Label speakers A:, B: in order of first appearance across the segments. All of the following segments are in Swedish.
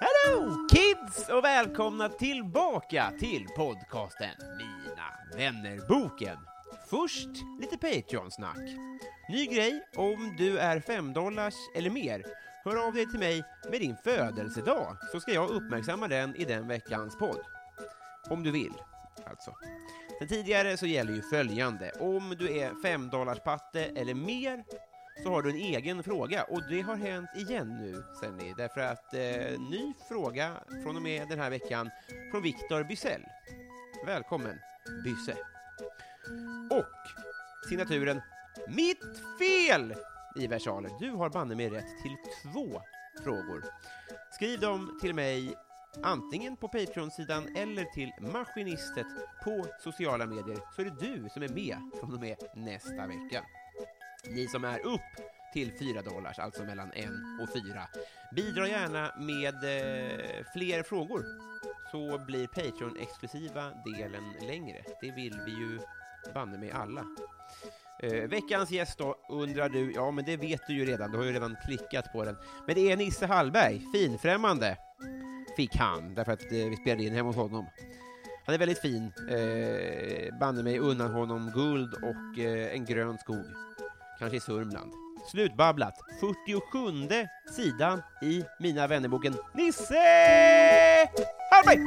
A: Hello kids och välkomna tillbaka till podcasten Mina vännerboken. Först lite Patreon-snack. Ny grej om du är 5 dollars eller mer. Hör av dig till mig med din födelsedag så ska jag uppmärksamma den i den veckans podd. Om du vill, alltså. Sen tidigare så gäller ju följande. Om du är 5 dollars patte eller mer så har du en egen fråga och det har hänt igen nu, ser ni, därför att eh, ny fråga från och med den här veckan från Viktor Bysell. Välkommen, Bysse. Och signaturen Mitt fel! i versaler. Du har banne mig rätt till två frågor. Skriv dem till mig antingen på Patreon-sidan eller till Maskinistet på sociala medier så är det du som är med från och med nästa vecka. Ni som är upp till 4 dollars, alltså mellan 1 och 4, bidra gärna med eh, fler frågor så blir Patreon-exklusiva delen längre. Det vill vi ju banne mig alla. Eh, veckans gäst då, undrar du, ja men det vet du ju redan, du har ju redan klickat på den. Men det är Nisse Hallberg, finfrämmande, fick han, därför att eh, vi spelade in hemma hos honom. Han är väldigt fin, eh, banne mig undan honom guld och eh, en grön skog, kanske i Sörmland. Slutbabblat, 47 sidan i Mina vännerboken Nisse Hallberg!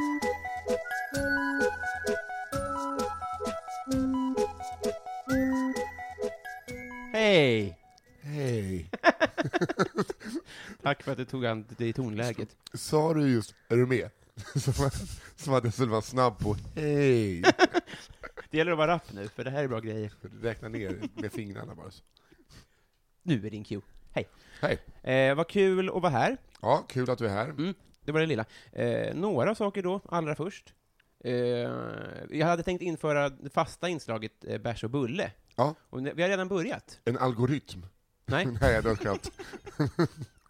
A: Hej!
B: Hej.
A: Tack för att du tog an det tonläget.
B: Sa du just ”Är du med?” som, som att jag skulle vara snabb på ”Hej”.
A: Det gäller att vara rapp nu, för det här är bra grejer.
B: Räkna ner med fingrarna bara. Så.
A: Nu är din cue. Hej!
B: Hej.
A: Eh, vad kul att vara här.
B: Ja, kul att du är här.
A: Mm, det var det lilla. Eh, några saker då, allra först. Eh, jag hade tänkt införa det fasta inslaget eh, bärs och bulle.
B: Ja,
A: Och ne- vi har redan börjat.
B: en algoritm.
A: Nej,
B: Nej, det har skratt.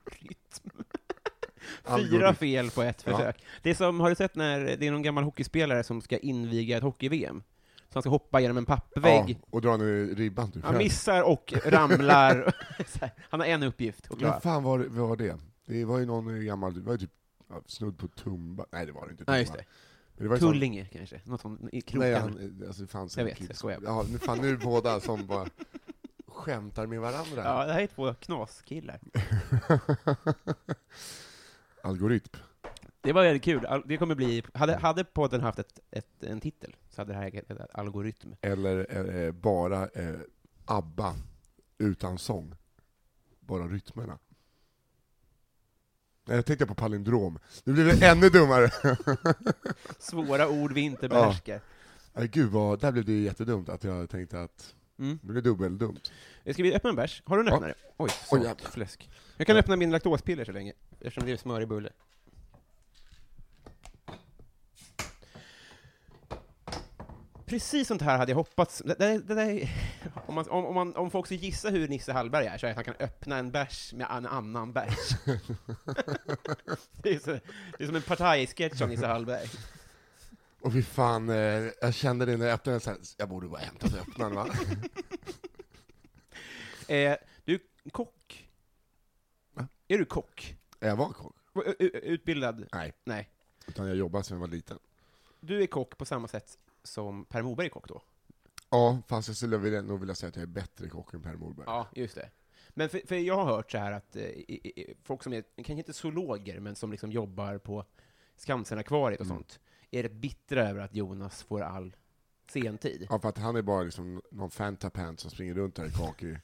A: rytm. Fyra
B: Algoritm.
A: fel på ett
B: Ja.
A: försök. Det är som, har du sett när det är någon gammal hockeyspelare som ska inviga ett hockey-VM? Så han ska hoppa genom en pappvägg.
B: Ja, och dra ner ribban typ.
A: Han missar och ramlar. Så här, han har en uppgift att klara.
B: Men fan var, var det? Det var ju någon gammal, det var ju typ ja, snudd på Tumba. Nej, det var det inte.
A: Nej, just det.
B: Men det var ju sån-
A: Tullinge kanske, något sånt i krokarna.
B: Nej, han, alltså, det fanns
A: Jag
B: en
A: vet,
B: kille
A: jag
B: som-
A: skojar.
B: Ja, nu fan nu är det båda som bara skämtar med varandra.
A: Ja, det här är två knaskillar.
B: Algoritm.
A: Det var väldigt kul. Al- Det kommer bli, hade, hade podden haft ett, ett, en titel så hade det här hetat algoritm.
B: Eller eh, bara eh, ABBA utan sång. Bara rytmerna. Nej, jag tänkte på palindrom. Nu blev det ännu dummare!
A: Svåra ord vi inte behärskar.
B: Nej, gud, vad, där blev det jättedumt att jag tänkte att
A: Mm.
B: det blev dubbeldumt.
A: Eh, Ska vi öppna en bärs? Har du en
B: Ja.
A: öppnare? Oj,
B: Oj,
A: oh,
B: jävlar.
A: fläsk. Jag kan öppna min laktospiller så länge, eftersom det är smör i bulle. precis sånt här hade jag hoppats. Det, det, det, det, om, man, om, om, man, om folk ska gissa hur Nisse Hallberg är, så är det att han kan öppna en bärs med en annan bärs. det, är så, det är som en partajsketch om Nisse Hallberg.
B: Och fy fan, eh, jag kände det när jag öppnade den, så här, jag borde gå och hämta öppnaren va?
A: Eh, du, kock?
B: Va?
A: Är du kock?
B: jag var kock.
A: U- u- Utbildad?
B: Nej.
A: Nej.
B: Utan jag jobbade sedan jag var liten.
A: Du är kock på samma sätt som Per Morberg är kock då?
B: Ja, fast jag skulle vilja, nog vilja säga att jag är bättre kock än Per Morberg.
A: Ja, just det. Men för, för jag har hört så här att eh, i- i- i- folk som är, kanske inte zoologer, men som liksom jobbar på Skansen-akvariet
B: Mm.
A: och sånt, är rätt bittra över att Jonas får all sentid.
B: Ja, för att han är bara liksom någon fantapant som springer runt där i kaki,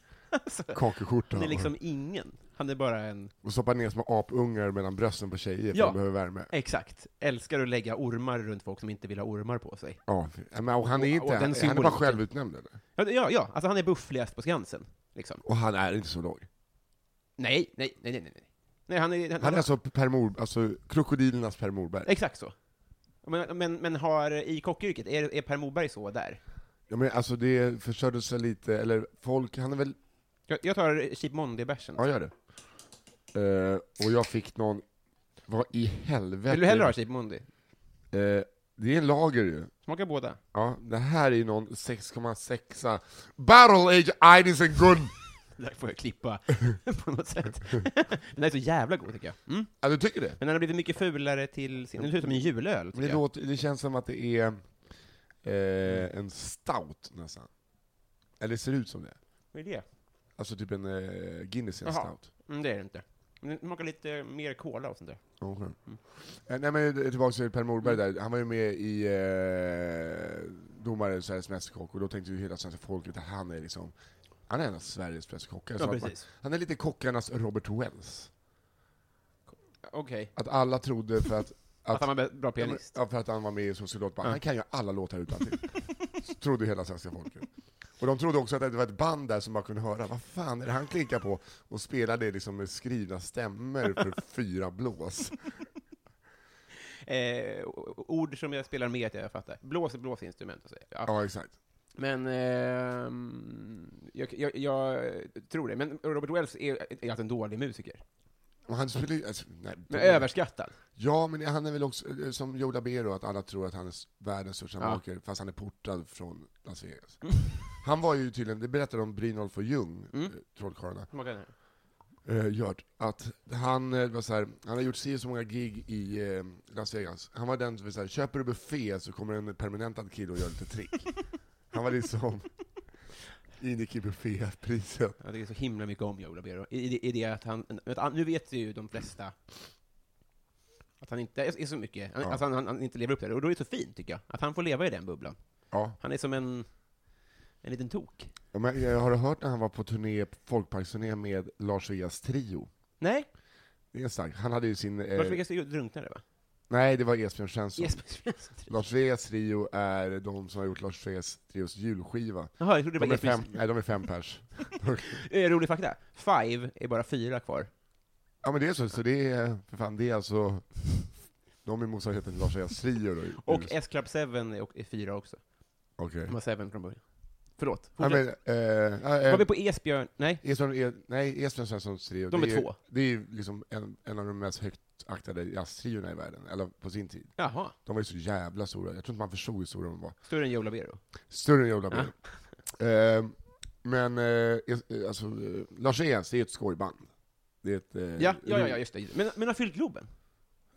B: kakiskjorta
A: Han är
B: och-
A: liksom ingen. Han är bara en...
B: och stoppar ner små apungar mellan brösten på tjejer för
A: Ja.
B: de behöver värme.
A: Exakt. Älskar att lägga ormar runt folk som inte vill ha ormar på sig.
B: Ja, men och han är
A: Och-
B: inte,
A: och den
B: han är bara
A: symboliken.
B: självutnämnd eller?
A: Ja, det- ja, ja. alltså han är buffligast på Skansen. Liksom.
B: Och han är inte så lång.
A: Nej, nej, nej, nej, nej, nej. Nej, han är...
B: Han är alltså Per Mor, alltså krokodilernas Per Morberg.
A: Exakt så. Men, men, men har, i kockyrket, är, är Per Morberg så där?
B: Ja, men alltså det förstörde sig lite, eller folk, han är väl,
A: Jag, jag tar alltså. Cheap Monday-bärsen.
B: ja gör det. Eh, och jag fick någon, vad i helvete?
A: Vill du hellre ha Cheap Monday?
B: Eh, det är en lager ju.
A: Smaka båda.
B: Ja, det här är ju någon 6,6 Battle Age Ides and Gun!
A: Det där får jag klippa på något sätt. Den är så jävla god tycker jag. Mm.
B: Ja, du tycker det?
A: Men den har blivit mycket fulare till sin... Den ser ut som en julöl.
B: Men det,
A: tycker jag.
B: låter, det känns som att det är eh, en stout nästan. Eller det ser ut som det.
A: Vad är det?
B: Alltså typ en eh, Guinness är en
A: Jaha.
B: stout.
A: Mm, det är det inte. Men den smakar lite mer cola och sånt där.
B: Okay. Eh, nej men tillbaka till Per Morberg där, han var ju med i eh, Domare Sveriges Mästerkock, och då tänkte ju hela svenska folket att han är liksom, han är en av Sveriges bästa kockar. Så
A: Ja,
B: att man-
A: precis.
B: Han är lite kockarnas Robert Wells.
A: Okej.
B: Att alla trodde för att
A: Att han var bra pianist.
B: Ja, för att han var med i Sociologbanan. Han kan ju alla låtar utantill. trodde hela svenska folket. Och de trodde också att det var ett band där som man kunde höra, vad fan är det han klickar på? Och spelade liksom med skrivna stämmer för fyra blås.
A: Eh, o- ord som jag spelar med att jag fattar. Blås, blåsinstrument och så. Ja.
B: Ja, exakt.
A: Men ehm, jag, jag, jag tror det. Men Robert Wells är, är alltså en dålig musiker.
B: Och han spelar ju, alltså, nej,
A: Men överskattad.
B: Ja, men han är väl också, eh, som Joe Labero, att alla tror att han är s- världens största
A: Ja.
B: maker, fast han är portad från Las Vegas. Han var ju tydligen, det berättade om Brynolf och Ljung, mm. trollkarlarna,
A: Smaka den här.
B: eh, gjort, att han eh, var så här, han har gjort si och så många gig i eh, Las Vegas. Han var den som var så här, köper du buffé så kommer en permanentad kille och gör lite trick. Han var liksom, ingick i buffépriset.
A: Jag tycker så himla mycket om Joe Labero. I, i, i det att han, att han, nu vet ju de flesta att han inte är, är så mycket, han,
B: Ja.
A: alltså han, han, han inte lever upp till det. Och då är det så fint, tycker jag, att han får leva i den bubblan.
B: Ja.
A: Han är som en, en liten tok.
B: Ja, Men, eh, har du hört när han var på turné, folkparksturné med Lars Vegas trio?
A: Nej,
B: Det är starkt. Han hade ju sin... eh,
A: Lars Vegas drunknade, va?
B: Nej, det var Esbjörn Svensson.
A: Jesper Svensson.
B: Lars Vegas trio är de som har gjort Lars Vegas trios julskiva.
A: Jaha, jag trodde det
B: De
A: var
B: är fem,
A: Jesper.
B: nej, de är fem pers.
A: Eh, Rolig fakta, Five är bara fyra kvar.
B: Ja men det är så, så det är, för fan, det är alltså, de är motsvarigheten till Lars Vegas trio då. i
A: Och
B: USA.
A: S-Club 7 är, och- är fyra också.
B: Okej.
A: De har 7 från början. Förlåt,
B: Nej
A: fortsätt.
B: men, eh, eh,
A: Var vi på Esbjörn? Nej?
B: Esbjörn, eh, nej, Esbjörn Svenssons trio.
A: De
B: det
A: är två.
B: Det är ju liksom en, en av de mest högt aktade jazztriorna i världen, eller på sin tid.
A: Jaha,
B: De var ju så jävla stora, jag tror inte man förstod hur stora de var.
A: större än Joe Labero.
B: eh, Större än Joe Labero. Eh, men eh, eh, alltså, eh, Lars Vegas, det är ett skojband. Det är ett, eh,
A: Ja, ja, ja, ja, just det. Men, men har fyllt Globen?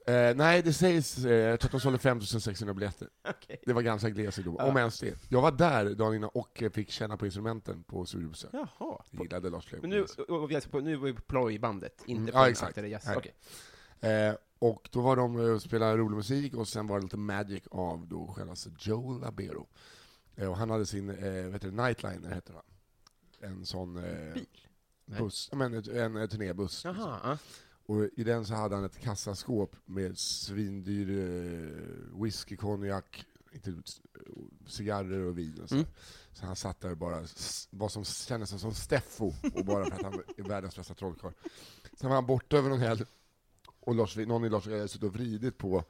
B: Eh, nej, det sägs, eh, jag tror att de sålde 5600 biljetter.
A: Okej.
B: Det var ganska glest då, om ens det. Jag var där dagen innan och eh, fick känna på instrumenten på studiebesök.
A: Jaha.
B: Jag Gillade Lars
A: Men nu,
B: Vegas.
A: och- och vi är alltså på, nu var vi på plojbandet,
B: Mm,
A: inte på
B: ja,
A: den
B: exakt.
A: aktade jazz.
B: Nej.
A: Okej.
B: Eh, och då var de eh, och spelade rolig musik, och sen var det lite magic av då självaste Joe Labero. Eh, och han hade sin, eh, vad heter det, Nightliner heter han. En sån... Eh,
A: Bil? Nej.
B: buss, ja, men, en, en turnébuss.
A: Jaha. ja.
B: Och i den så hade han ett kassaskåp med svindyr eh, whisky, konjak, inte, eh, cigarrer och vin och så.
A: Mm.
B: Så han satt där och bara, s- vad som kändes som Steffo, och bara för att han är världens bästa trollkarl. Sen var han borta över någon helg, och Lars, någon i Lars hade suttit och vridit på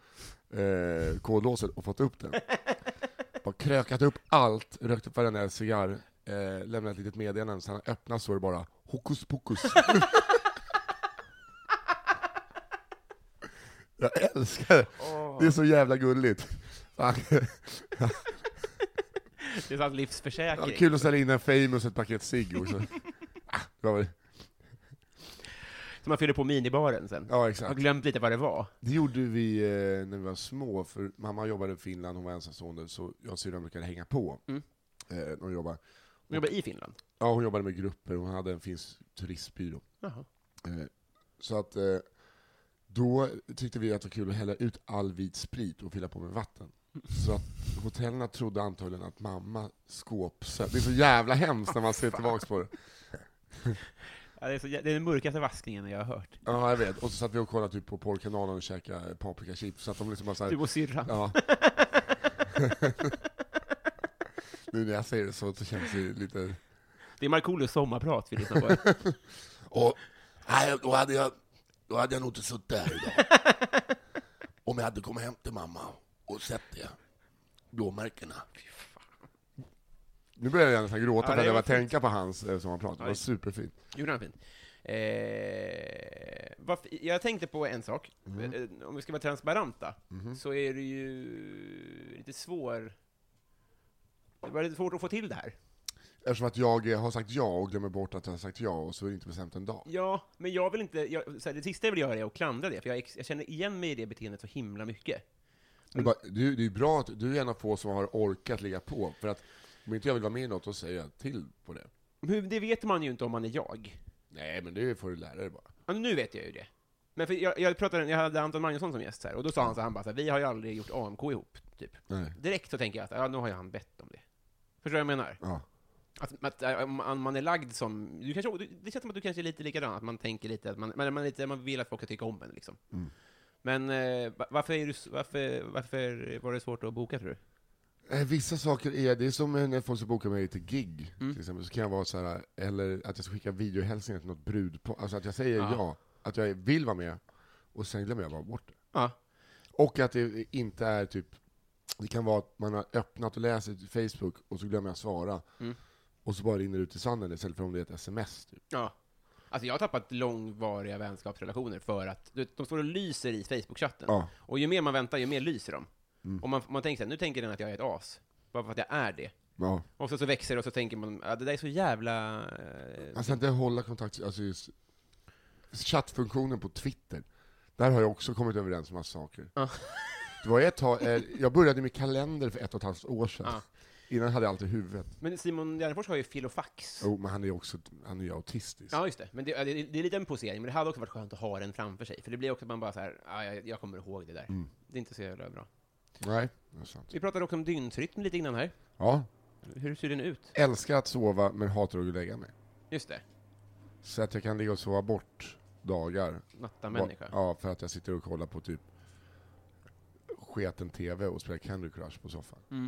B: eh, kodlåset och fått upp den. och krökat upp allt, rökt upp varenda cigarr, eh, lämnat ett litet meddelande, så han öppnar så är det bara hokus pokus. Jag älskar det. Det är så jävla gulligt. Fan.
A: Det är hans
B: Ja,
A: livsförsäkring.
B: kul att ställa in en famous och ett paket cigg också. Ah, det var väl-
A: Som man fyller på minibaren sen.
B: Ja,
A: Jag har
B: exakt.
A: glömt lite vad det var.
B: Det gjorde vi eh, när vi var små, för mamma jobbade i Finland, hon var ensamstående, så jag och syrran brukade hänga på.
A: Mm.
B: Eh, när hon, jobbade.
A: Hon jobbar i Finland.
B: Ja, hon jobbade med grupper, hon hade en finsk turistbyrå.
A: Jaha.
B: Eh, Så att eh, då tyckte vi att det var kul att hälla ut all vit sprit och fylla på med vatten. Så att hotellerna trodde antagligen att mamma skåpsöp. Det är så jävla hemskt när man ser tillbaka på det.
A: Ja, det, är så, det är den mörkaste vaskningen jag har hört.
B: Ja, jag vet. Och så satt vi och kollade typ på porrkanalen och käkade paprikachips, så att de liksom bara såhär...
A: Du och syrran.
B: Ja. nu när jag säger det så, så känns det lite...
A: Det är Markoolios sommarprat vi lyssnar på.
B: Och, nej, då hade jag, då hade jag nog inte suttit här idag. Om jag hade kommit hem till mamma och sett det. Blåmärkena. Nu börjar jag nästan
A: Ja,
B: gråta för
A: det
B: att jag
A: var
B: bara
A: fint.
B: tänka på hans eh, som han pratade. Det var
A: Oj.
B: superfint.
A: Gjorde han fint? Eh, vad fi- jag tänkte på en sak.
B: Mm.
A: Eh, Om vi ska vara transparenta,
B: Mm-hmm.
A: så är det ju lite svår... Det var lite svårt att få till det här.
B: Eftersom att jag eh, har sagt ja och glömmer bort att jag har sagt ja och så är det inte bestämt en dag.
A: Ja, men jag vill inte... Jag, så här, det sista jag vill göra är att klandra det, för jag, ex- jag känner igen mig i det beteendet så himla mycket.
B: Det är bara- Du, det är bra att du är en av få som har orkat ligga på. För att om inte jag vill vara med i något, då säger jag till på det.
A: Men det vet man ju inte om man är jag.
B: Nej, men det får du lära dig bara.
A: Ja, nu vet jag ju det. Men för jag, jag, pratade, jag hade Anton Magnusson som gäst så här, och då sa han så här, han bara så här, vi har ju aldrig gjort AMK ihop, typ.
B: Nej.
A: Direkt så tänker jag att, ja, nu har ju han bett om det. Förstår du vad jag menar?
B: Ja.
A: Att, att äh, om man man är lagd som, du kanske, du- det känns som att du kanske är lite likadan, att man tänker lite att man, man, man, är lite, man vill att folk ska tycka om en liksom. Men eh, va- varför, är du, s- varför, varför var det svårt att boka tror du?
B: Eh, Vissa saker är, det är som när folk ska boka mig till gig, till exempel, så kan jag vara så här, eller att jag ska skicka videohälsningar till något brudpar, alltså att jag säger
A: Ja.
B: ja. att jag vill vara med, och sen glömmer jag bara bort det.
A: Ja.
B: Och att det inte är typ, det kan vara att man har öppnat och läst Facebook, och så glömmer jag svara, och så bara rinner det ut i sanden istället för om det är ett sms. Typ.
A: ja. Alltså jag har tappat långvariga vänskapsrelationer för att, du vet, de står och lyser i Facebook-chatten.
B: Ja. Mm.
A: Och ju mer man väntar, ju mer lyser de. Och man, man tänker så här, nu tänker den att jag är ett as. Bara för att jag är det.
B: Ja.
A: Och så, så växer det och så tänker man, ja, det där är så jävla... eh,
B: Alltså inte hålla kontakt, alltså just chattfunktionen på Twitter, där har jag också kommit överens om massa saker.
A: Ja.
B: Det var ett tag, eh, jag började med kalender för ett och ett halvt år sedan.
A: Ja.
B: Innan hade jag allt i huvudet.
A: Men Simon Gärdenfors har ju filofax.
B: Jo, men han är ju också, han är ju autistisk.
A: Ja, just det. Men det, det, det är lite en posering, men det hade också varit skönt att ha den framför sig. För det blir också att man bara så här, ah, jag, jag kommer ihåg det där.
B: Mm.
A: Det är inte så jävla bra.
B: Nej, det är sant.
A: Vi pratade också om dygnsrytm lite innan här.
B: Ja.
A: Hur ser den ut?
B: Älskar att sova, men hatar att gå och lägga mig.
A: Just det,
B: Så att jag kan ligga och sova bort dagar.
A: natta människa.
B: Ja, för att jag sitter och kollar på typ sketen TV och spelar Candy Crush på soffan.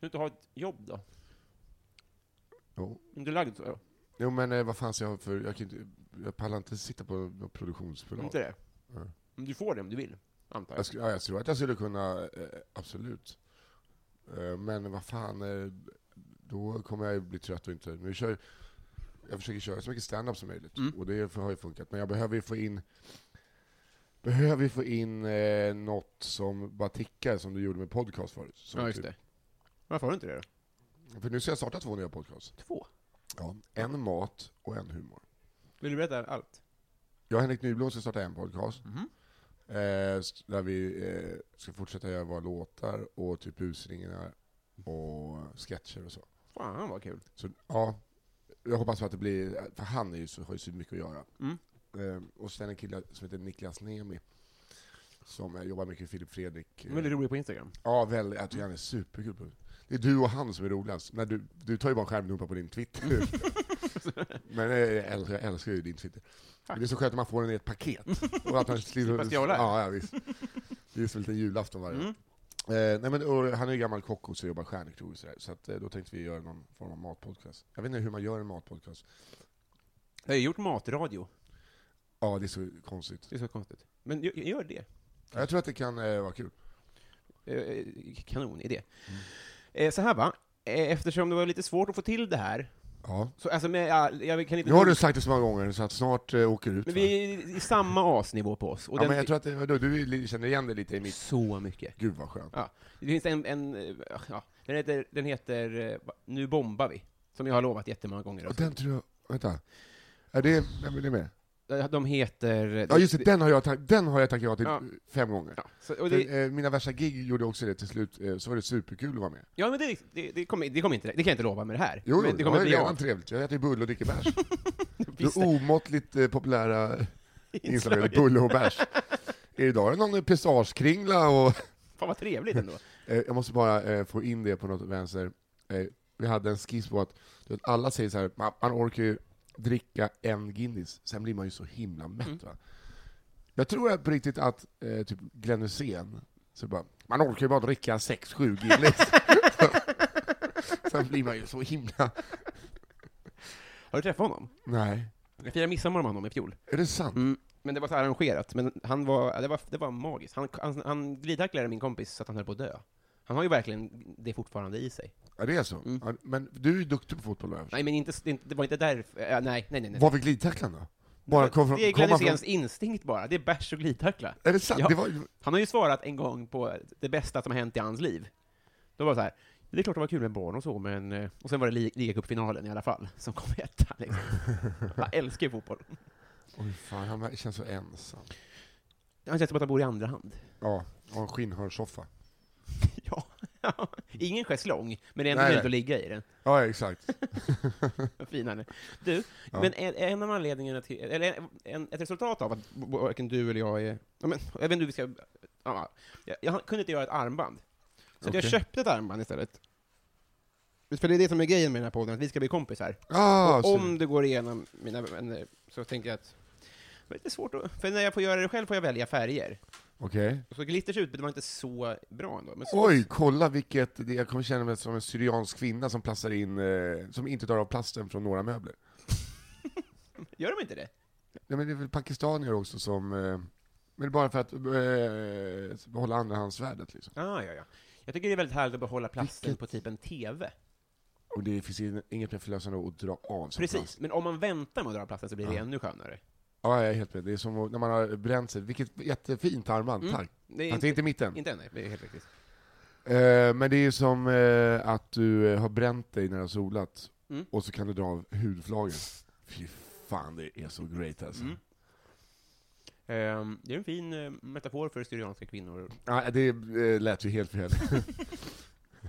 A: Du inte ha ett jobb då?
B: Jo.
A: Om du är lagd så? ja.
B: Jo men eh, vad fan ska jag ha för, jag, kan inte, jag pallar inte sitta på något produktionsbolag.
A: Inte det?
B: Nej.
A: Men Du får det om du vill, antar jag.
B: Jag, skulle, ja, jag tror att jag skulle kunna, eh, absolut. Eh, men vad fan, eh, då kommer jag ju bli trött och inte... Nu kör, jag försöker köra så mycket stand-up som möjligt,
A: Mm.
B: och det har ju funkat. Men jag behöver ju få in Behöver ju få in eh, något som bara tickar, som du gjorde med podcast förut. Som
A: Ja, just
B: typ-
A: det. Varför har du inte det då?
B: För nu ska jag starta två nya podcasts.
A: Två.
B: Ja. En mat och en humor.
A: Vill du berätta allt?
B: Jag och Henrik Nyblom ska starta en podcast.
A: Mhm.
B: Eh, s- där vi eh, ska fortsätta göra våra låtar och typ busringningar och sketcher och så.
A: Fan vad kul.
B: Så ja, jag hoppas att det blir, för han är ju så, har ju så mycket att göra.
A: Mm.
B: Eh, och sen en kille som heter Niklas Nemi. Som eh, jobbar mycket med Filip Fredrik. eh,
A: Väldigt rolig på Instagram.
B: Ja, väl, jag tycker han är superkul. på- Det är du och han som är roligast. När du, du tar ju bara en skärmdumpar på din Twitter. Men eh, jag älskar, jag älskar ju din Twitter. Men Det är så skönt att man får den i ett paket. Och att man slipper
A: stjäla.
B: Ja, ja, visst. Det är som en liten julafton varje
A: Mm.
B: år. Eh, nej, men, och han är ju gammal kock och så jobbar stjärnekrog och sådär. Så att, eh, då tänkte vi göra någon form av matpodcast. Jag vet inte hur man gör en matpodcast.
A: Jag har ju gjort matradio.
B: Ja, det är så konstigt.
A: Det är så konstigt. Men gö- gör det.
B: Ja, Jag tror att det kan eh, vara kul.
A: Eh, Kanonidé. Mm. Så här va, Eh, eftersom det var lite svårt att få till det här,
B: Ja.
A: så alltså, men, jag, jag kan inte...
B: Nu har du sagt det så många gånger så att snart eh, åker du ut.
A: men
B: va?
A: vi är i samma asnivå på oss. Och
B: ja,
A: den-
B: men jag tror att det, vadå, du li- känner igen det lite i mitt...
A: Så mycket.
B: Gud vad skönt.
A: Ja. Det finns en, en eh, ja, den heter, den heter eh, va- Nu bombar vi, som jag har lovat jättemånga gånger.
B: Och den tror jag... Vänta. Är det... Vem är det med?
A: Eh, De heter... eh,
B: Ja just det, den har jag, tack- den har jag tackat ja till
A: Ja.
B: fem gånger.
A: Ja, så, och det,
B: För, eh, mina värsta gig gjorde också det till slut, eh, så var det superkul att vara med.
A: ja, men det, det, det, kommer, det, kommer inte, det kan jag inte lova med det här.
B: Jo,
A: men det
B: det var
A: kommer
B: ju
A: bli
B: redan
A: av.
B: trevligt. Jag äter ju bulle och dricker bärs.
A: Visst
B: det
A: är-
B: omåttligt eh, populära inslaget
A: Inslaget.
B: bulle och bärs. Idag är det någon pessagekringla och...
A: Fan vad trevligt ändå.
B: Eh, jag måste bara eh, få in det på något vänster. Eh, vi hade en skiss på att du vet, alla säger så här, man, man orkar ju dricka en Guinness, sen blir man ju så himla mätt
A: Mm.
B: va. Jag tror att på riktigt att eh, typ Glenn Hysén, så bara, man orkar ju bara dricka 6-7 Guinness. sen blir man ju så himla...
A: Har du träffat honom?
B: Nej.
A: Jag firade midsommar med honom i fjol.
B: Är det sant?
A: Mm. Men det var så arrangerat, men han var, det, var, det var magiskt. Han, han, han glidtacklade min kompis så att han höll på att dö. Han har ju verkligen det fortfarande i sig.
B: Ja, det är så? Ja, men du är ju duktig på fotboll, vad jag förstår.
A: Mm. Nej, men inte, det, det var inte därför. Äh, nej, nej, nej. nej.
B: Vad fick glidtacklan då? Bara kom från,
A: det är
B: komma
A: Glenn
B: från...
A: Hyséns instinkt bara. Det är bärs och glidtackla.
B: Är det sant?
A: Ja.
B: Det var,
A: Han har ju svarat en gång på det bästa som har hänt i hans liv. Då var det så här, det är klart det var kul med barn och så, men... eh," Och sen var det li- ligacupfinalen i alla fall, som kom etta. Liksom. Jag älskar ju fotboll.
B: oj fan, han känns så ensam.
A: Han känns som att han bor i andra hand.
B: Ja, och en skinnhörnsoffa.
A: Ja. Ingen schäslong, men det är ändå
B: Nej,
A: möjligt
B: nej.
A: att ligga i den.
B: Ja, exakt.
A: Vad fin han är. Du,
B: Ja.
A: men en, en av anledningarna till, eller en, en, ett resultat av att b- varken du eller jag är, ja, men, jag vet inte hur vi ska, ja, jag, jag kunde inte göra ett armband. Så att jag
B: Okej.
A: köpte ett armband istället. För det är det som är grejen med den här podden, att vi ska bli kompisar.
B: Ah,
A: och
B: så-
A: om det går igenom mina vänner, så tänker jag att det är lite svårt att, för när jag får göra det själv får jag välja färger.
B: Okej.
A: Och så glitters utbud var inte så bra ändå. Men så,
B: Oj, kolla vilket... det- Jag kommer känna mig som en syriansk kvinna som plastar in, eh, som inte tar av plasten från några möbler.
A: Gör de inte det?
B: Nej, men det är väl pakistanier också som... Eh, men det är bara för att eh, behålla andrahandsvärdet liksom.
A: Ah, ja, ja. Jag tycker det är väldigt härligt att behålla plasten
B: Vilket-
A: på typ en TV.
B: Och det finns in- inget mer förlösande än att dra av som plast.
A: Precis, men om man väntar med att dra plasten så blir det
B: Ja.
A: ännu skönare.
B: Ja, jag är helt med. Det är som att- när man har bränt sig. Vilket jättefint armband,
A: Mm.
B: tack.
A: Det är
B: Fast det
A: inte,
B: är inte mitt än.
A: inte än, nej. Det är helt riktigt.
B: Eh, men det är ju som eh, att du eh, har bränt dig när du har solat,
A: Mm.
B: och så kan du dra av hudflaggen. Fy fan, det är så great alltså.
A: Mm. Ehm, det är en fin eh, metafor för syrianska kvinnor.
B: Ja, det eh, lät ju helt fel.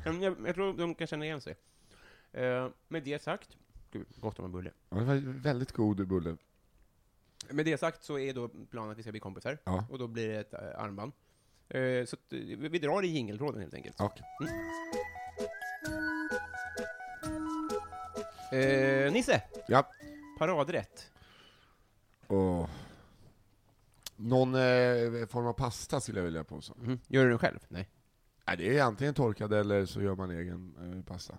A: Ehm, jag, jag tror de kan känna igen sig. Ehm, med det sagt, gud, gott om en bulle.
B: ja, det var ju väldigt god bulle.
A: Med det sagt så är då planen att vi ska bli kompisar,
B: Ja.
A: och då blir det ett eh, armband. Ehm, så att, eh, vi vi drar i jingeltråden helt enkelt.
B: Och,
A: Ehm, Nisse,
B: ja.
A: paradrätt.
B: Och, någon eh, form av pasta skulle jag vilja påstå.
A: Gör du den själv? Nej.
B: Nej, det är antingen torkad eller så gör man egen eh, pasta.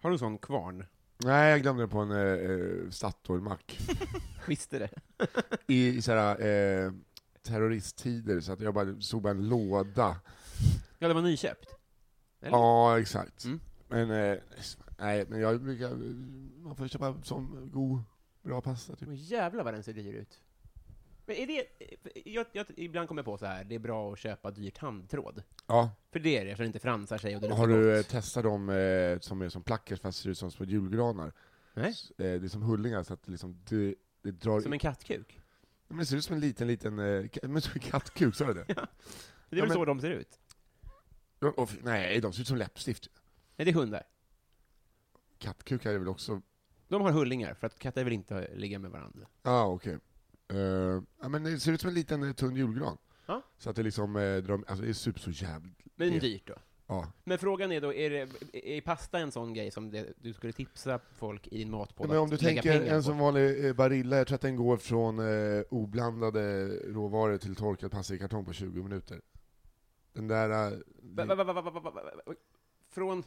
A: Har du en sån kvarn?
B: Nej, jag glömde den på en eh, eh, Statoil-mack.
A: Visste det.
B: I, i såhär, eh, terroristtider, så att jag bara stod bara en låda
A: Ja, det var nyköpt. Eller?
B: Ja, exakt.
A: Mm.
B: Men, eh, nej, men jag brukar, man får köpa som god, bra pasta typ.
A: Men jävlar vad den ser dyr ut. Men är det, jag, jag, ibland kommer jag på så här, det är bra att köpa dyr tandtråd.
B: Ja.
A: För det är det, så det inte fransar sig och det
B: Har
A: luktar
B: du eh,
A: gott.
B: testat dem eh, som är som plackers fast ser ut som små julgranar?
A: Nej.
B: S- Eh, det är som hullingar så att det liksom, det, det drar
A: Som en kattkuk?
B: Men det ser ut som en liten, liten, eh, ka- men som en kattkuk, sa du det?
A: Det är
B: Ja,
A: väl
B: men-
A: så de ser ut?
B: Ja, och f- nej, de ser ut som läppstift.
A: Nej, det är hundar.
B: Kattkukar är väl också,
A: De har hullingar, för att katter vill inte ligga med varandra.
B: ja ah, okej. Eh, ja men det ser ut som en liten eh, tunn julgran.
A: Ja.
B: Så att det liksom, eh, drar, alltså det är super så jävligt,
A: Men
B: Det-
A: dyrt då.
B: ja.
A: Men frågan är då, är, det, är pasta en sån grej som det, du skulle tipsa folk i din matpodd
B: Men
A: att
B: om du
A: lägga
B: tänker
A: pengar
B: en som
A: på?
B: vanlig eh, Barilla, jag tror att den går från eh, oblandade råvaror till torkad pasta i kartong på 20 minuter. Den där... Eh,
A: Va, va, va, va, va, va, va, va, va, Från...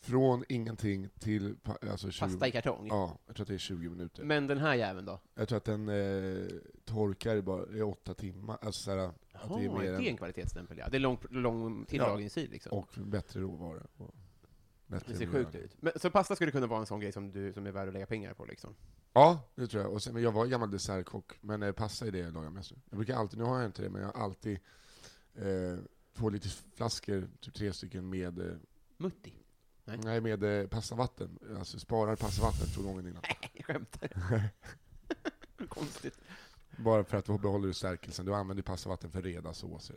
B: Från ingenting till... pa- Alltså 20,
A: Pasta i kartong.
B: Ja, typ. jag tror att det är 20 minuter.
A: Men den här jäveln då?
B: Jag tror att den eh, torkar i bara i åtta timmar. Alltså så här, att
A: Jaha,
B: det är mer
A: det är en
B: än,
A: kvalitetsstämpel ja. Det är lång, lång tillagringstid liksom.
B: och bättre råvara. Och bättre
A: Det ser
B: miljö.
A: sjukt ut. Men, så pasta skulle kunna vara en sån grej som, du, som är värd att lägga pengar på liksom?
B: Ja, det tror jag. Och sen, men jag var gammal dessertkock, men eh, pasta är det jag lagar mest nu. Jag brukar alltid, nu har jag inte det, men jag har alltid eh, två liter flaskor, typ tre stycken, med, eh,
A: Mutti? Nej.
B: nej, med eh, pastavatten. Alltså sparar pastavatten från gången innan.
A: Jag skämtar. Konstigt.
B: Bara för att då behåller du stärkelsen. Du använder pastavatten för reda såser.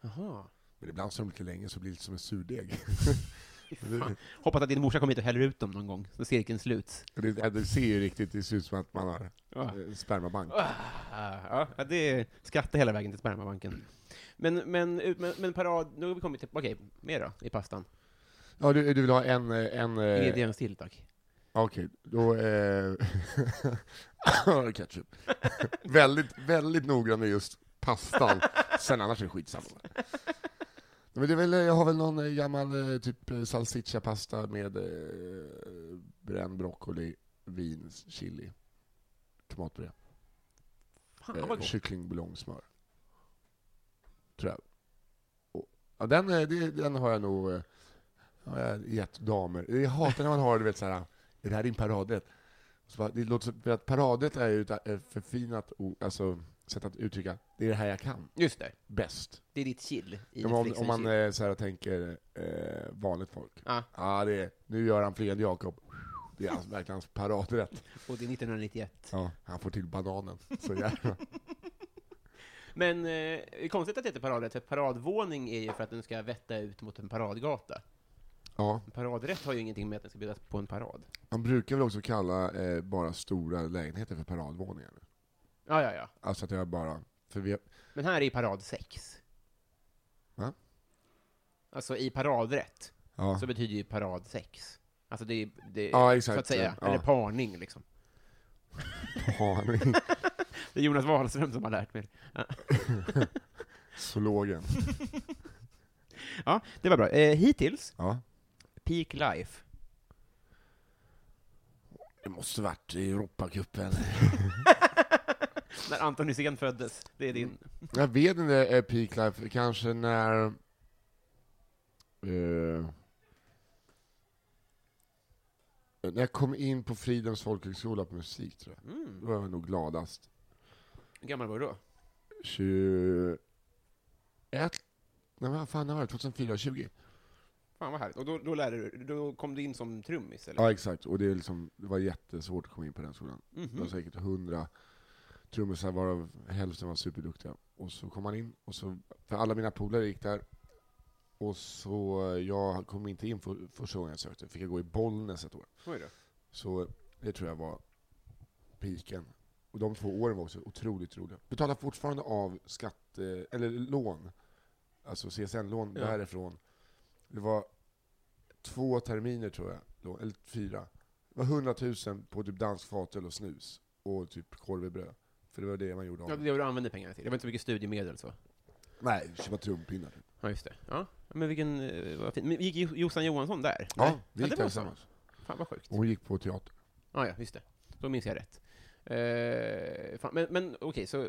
A: Jaha.
B: Men ibland så är de lite längre så blir det lite som en surdeg.
A: Hoppas att din morsa kommer hit och häller ut dem någon gång, så cirkeln sluts.
B: Och det, det ser ju riktigt, det ser ut som att man har
A: Ja.
B: eh, spermabank.
A: Ah, ja, det är skratta hela vägen till spermabanken. Men, men, ut- men, men parad, nu har vi kommit till, okej, mer då, i pastan?
B: Ja, du, du vill ha en... eh, en eh,
A: Ingrediens till, tack.
B: Okej, då... Eh, ketchup. väldigt, väldigt noggrann med just pastan. Sen annars är det skitsamma. Men det är väl, jag har väl någon eh, gammal eh, typ eh, salsiccia-pasta med eh, bränd broccoli, vin, chili, tomatpuré,
A: Fan vad
B: eh,
A: gott.
B: kycklingbulongsmör. Tror jag. Och, ja, den, eh, det, den har jag nog eh, har jag gett damer. Jag hatar när man har du vet, så här, är det här din paradrätt? Så bara, det låter, som- för att paradrätt är ju ett eh, förfinat o- alltså, sätt att uttrycka, det är det här jag kan
A: Just det,
B: bäst.
A: det är ditt chill. I
B: Ja, men om,
A: Netflix
B: om man
A: chill.
B: eh, så här, tänker eh, vanligt folk.
A: Ja.
B: Ja, det är, nu gör han Fred Jakob. Det är hans, verkligen hans paradrätt.
A: Och det är 1991.
B: Han får till bananen. Så jävla.
A: Men eh, det är konstigt att det heter paradrätt, för paradvåning är ju för att den ska vetta ut mot en paradgata.
B: Ja.
A: En paradrätt har ju ingenting med att den ska bjudas på en parad.
B: Man brukar väl också kalla eh, bara stora lägenheter för paradvåningar.
A: Ja, ja, ja.
B: Alltså att jag bara... För vi,
A: Men här är ju parad 6.
B: Va?
A: Alltså i paradrätt,
B: ja.
A: så betyder ju parad 6. Alltså det är, det är
B: Ja, exakt.
A: så att säga,
B: Ja.
A: eller parning liksom.
B: Parning.
A: Det är Jonas Wahlström som har lärt mig.
B: Zoologen.
A: Ja, det var bra. Eh, hittills,
B: Ja.
A: peak life.
B: Det måste varit i Europacupen.
A: När Anton Hysén föddes, det är
B: Mm.
A: din.
B: Jag vet inte, eh, Peak Life, kanske när... Eh, när jag kom in på Fridhems folkhögskola på musik, tror jag. Då
A: Mm.
B: var jag nog gladast.
A: Hur gammal var du då?
B: 21... Nej, vad fan det var det? 2004, 20?
A: Fan vad härligt. Och då, då, lärde du, då kom du in som trummis, eller?
B: Ja, exakt. Och det, är liksom, det var jättesvårt att komma in på den skolan. Det var
A: Mhm.
B: säkert 100 trummisar varav hälften var superduktiga. Och så kom man in, och så, för alla mina polare gick där. Och så, eh, jag kom inte in för, första gången jag sökte, fick jag gå i Bollnäs ett år.
A: Oj då.
B: Så det tror jag var piken. Och de två åren var också otroligt roliga. Betalar fortfarande av skatt, eh, eller lån, alltså CSN-lån
A: Ja.
B: därifrån. Det var två terminer tror jag, lån, eller fyra. Det var 100 000 på typ dansk fatöl och snus, och typ korv i bröd. För det var det man gjorde av
A: Ja, det var du använde pengarna till. Det var inte så mycket studiemedel så.
B: Nej, köpa trumpinnar.
A: Ja, just det. Ja, men vilken, eh, vad fint. Men gick Jo- Jossan Johansson där?
B: Ja,
A: Nej.
B: vi gick
A: det
B: där
A: var så.
B: tillsammans.
A: Fan vad sjukt.
B: Och hon gick på teater.
A: Ja, ja, just det. Då minns jag rätt. Eh, fan, men men okej, så... eh,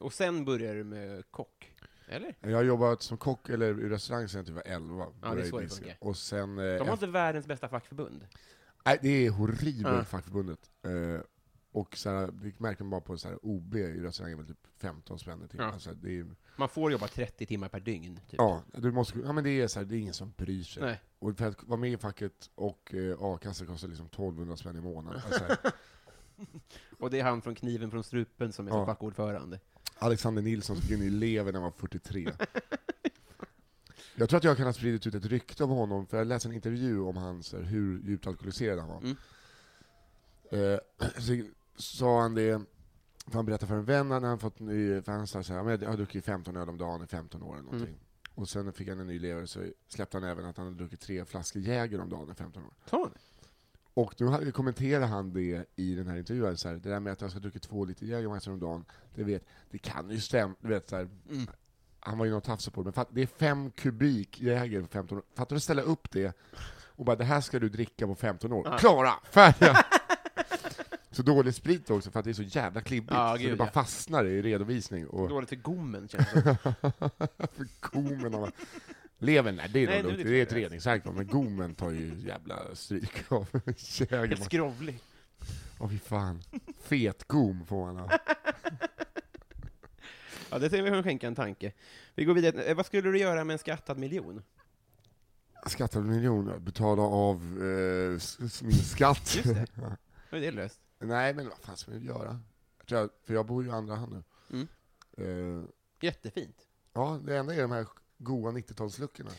A: Och sen började du med kock? Eller?
B: Jag har jobbat som kock, eller i restaurang sedan jag typ var 11. Började i
A: så det
B: disken.
A: funkar.
B: Och sen... eh,
A: De har inte världens bästa fackförbund.
B: Nej, det är horribelt,
A: Ja.
B: fackförbundet. Eh, och så här, det märker man bara på så här, OB i restaurangen, väl typ 15 spänn i timmen.
A: Ja.
B: Alltså, det är,
A: Man får jobba 30 timmar per dygn, typ.
B: ja, du måste, ja, men det är så här, det är ingen som bryr sig.
A: Nej.
B: Och för att vara med i facket och eh, a-kassa kostar liksom 1200 spänn i månaden. Alltså,
A: Och det är han från Kniven från strupen som är som
B: Ja.
A: fackordförande.
B: Alexander Nilsson som gick in i elever när han var 43. Jag tror att jag kan ha spridit ut ett rykte om honom, för jag läste en intervju om hans, hur djupt alkoholiserad han var.
A: Mm.
B: Eh, så sa han det, för han berättade för en vän när han fått ny, för han sa såhär, "Ja, men jag har druckit 15 öl om dagen i 15 år eller någonting. Och sen fick han en ny lever så släppte han även att han hade druckit tre flaskor Jäger om dagen i 15 år.
A: Sa han?
B: Och nu hade- kommenterade han det i den här intervjun, så här, det där med att jag ska dricka två liter Jägermeister om dagen, det, vet, det kan ju stämma. Du vet, så här,
A: Mm.
B: Han var ju någon tafsig på det, men fatt, det är fem kubik Jäger på 15 år. Fattar du att ställa upp det och bara det här ska du dricka på 15 år. Klara! Färdiga! så dålig sprit också, för att det är så jävla klibbigt,
A: Ja,
B: så
A: gud,
B: det bara
A: ja.
B: fastnar i redovisning och
A: Dåligt för gommen känns det som.
B: för gomen. Och Levern, nej det är
A: Nej,
B: nog
A: det är
B: lugnt,
A: lite
B: det är ett
A: färre.
B: reningsverk, men gomen tar ju jävla stryk av
A: Helt
B: kägen.
A: skrovlig.
B: Åh fy fan. Fetgom får man ha.
A: Ja, det ser vi att skänka en tanke. Vi går vidare. Eh, Vad skulle du göra med en skattad miljon?
B: Skattar du miljoner, betala av eh, s- s- min skatt.
A: Just det. Då är det löst.
B: Nej men vad fan ska jag göra? Jag tror jag, för jag bor ju i andra hand nu.
A: Mm.
B: Eh,
A: Jättefint.
B: ja, det enda är de här goa 90-talsluckorna.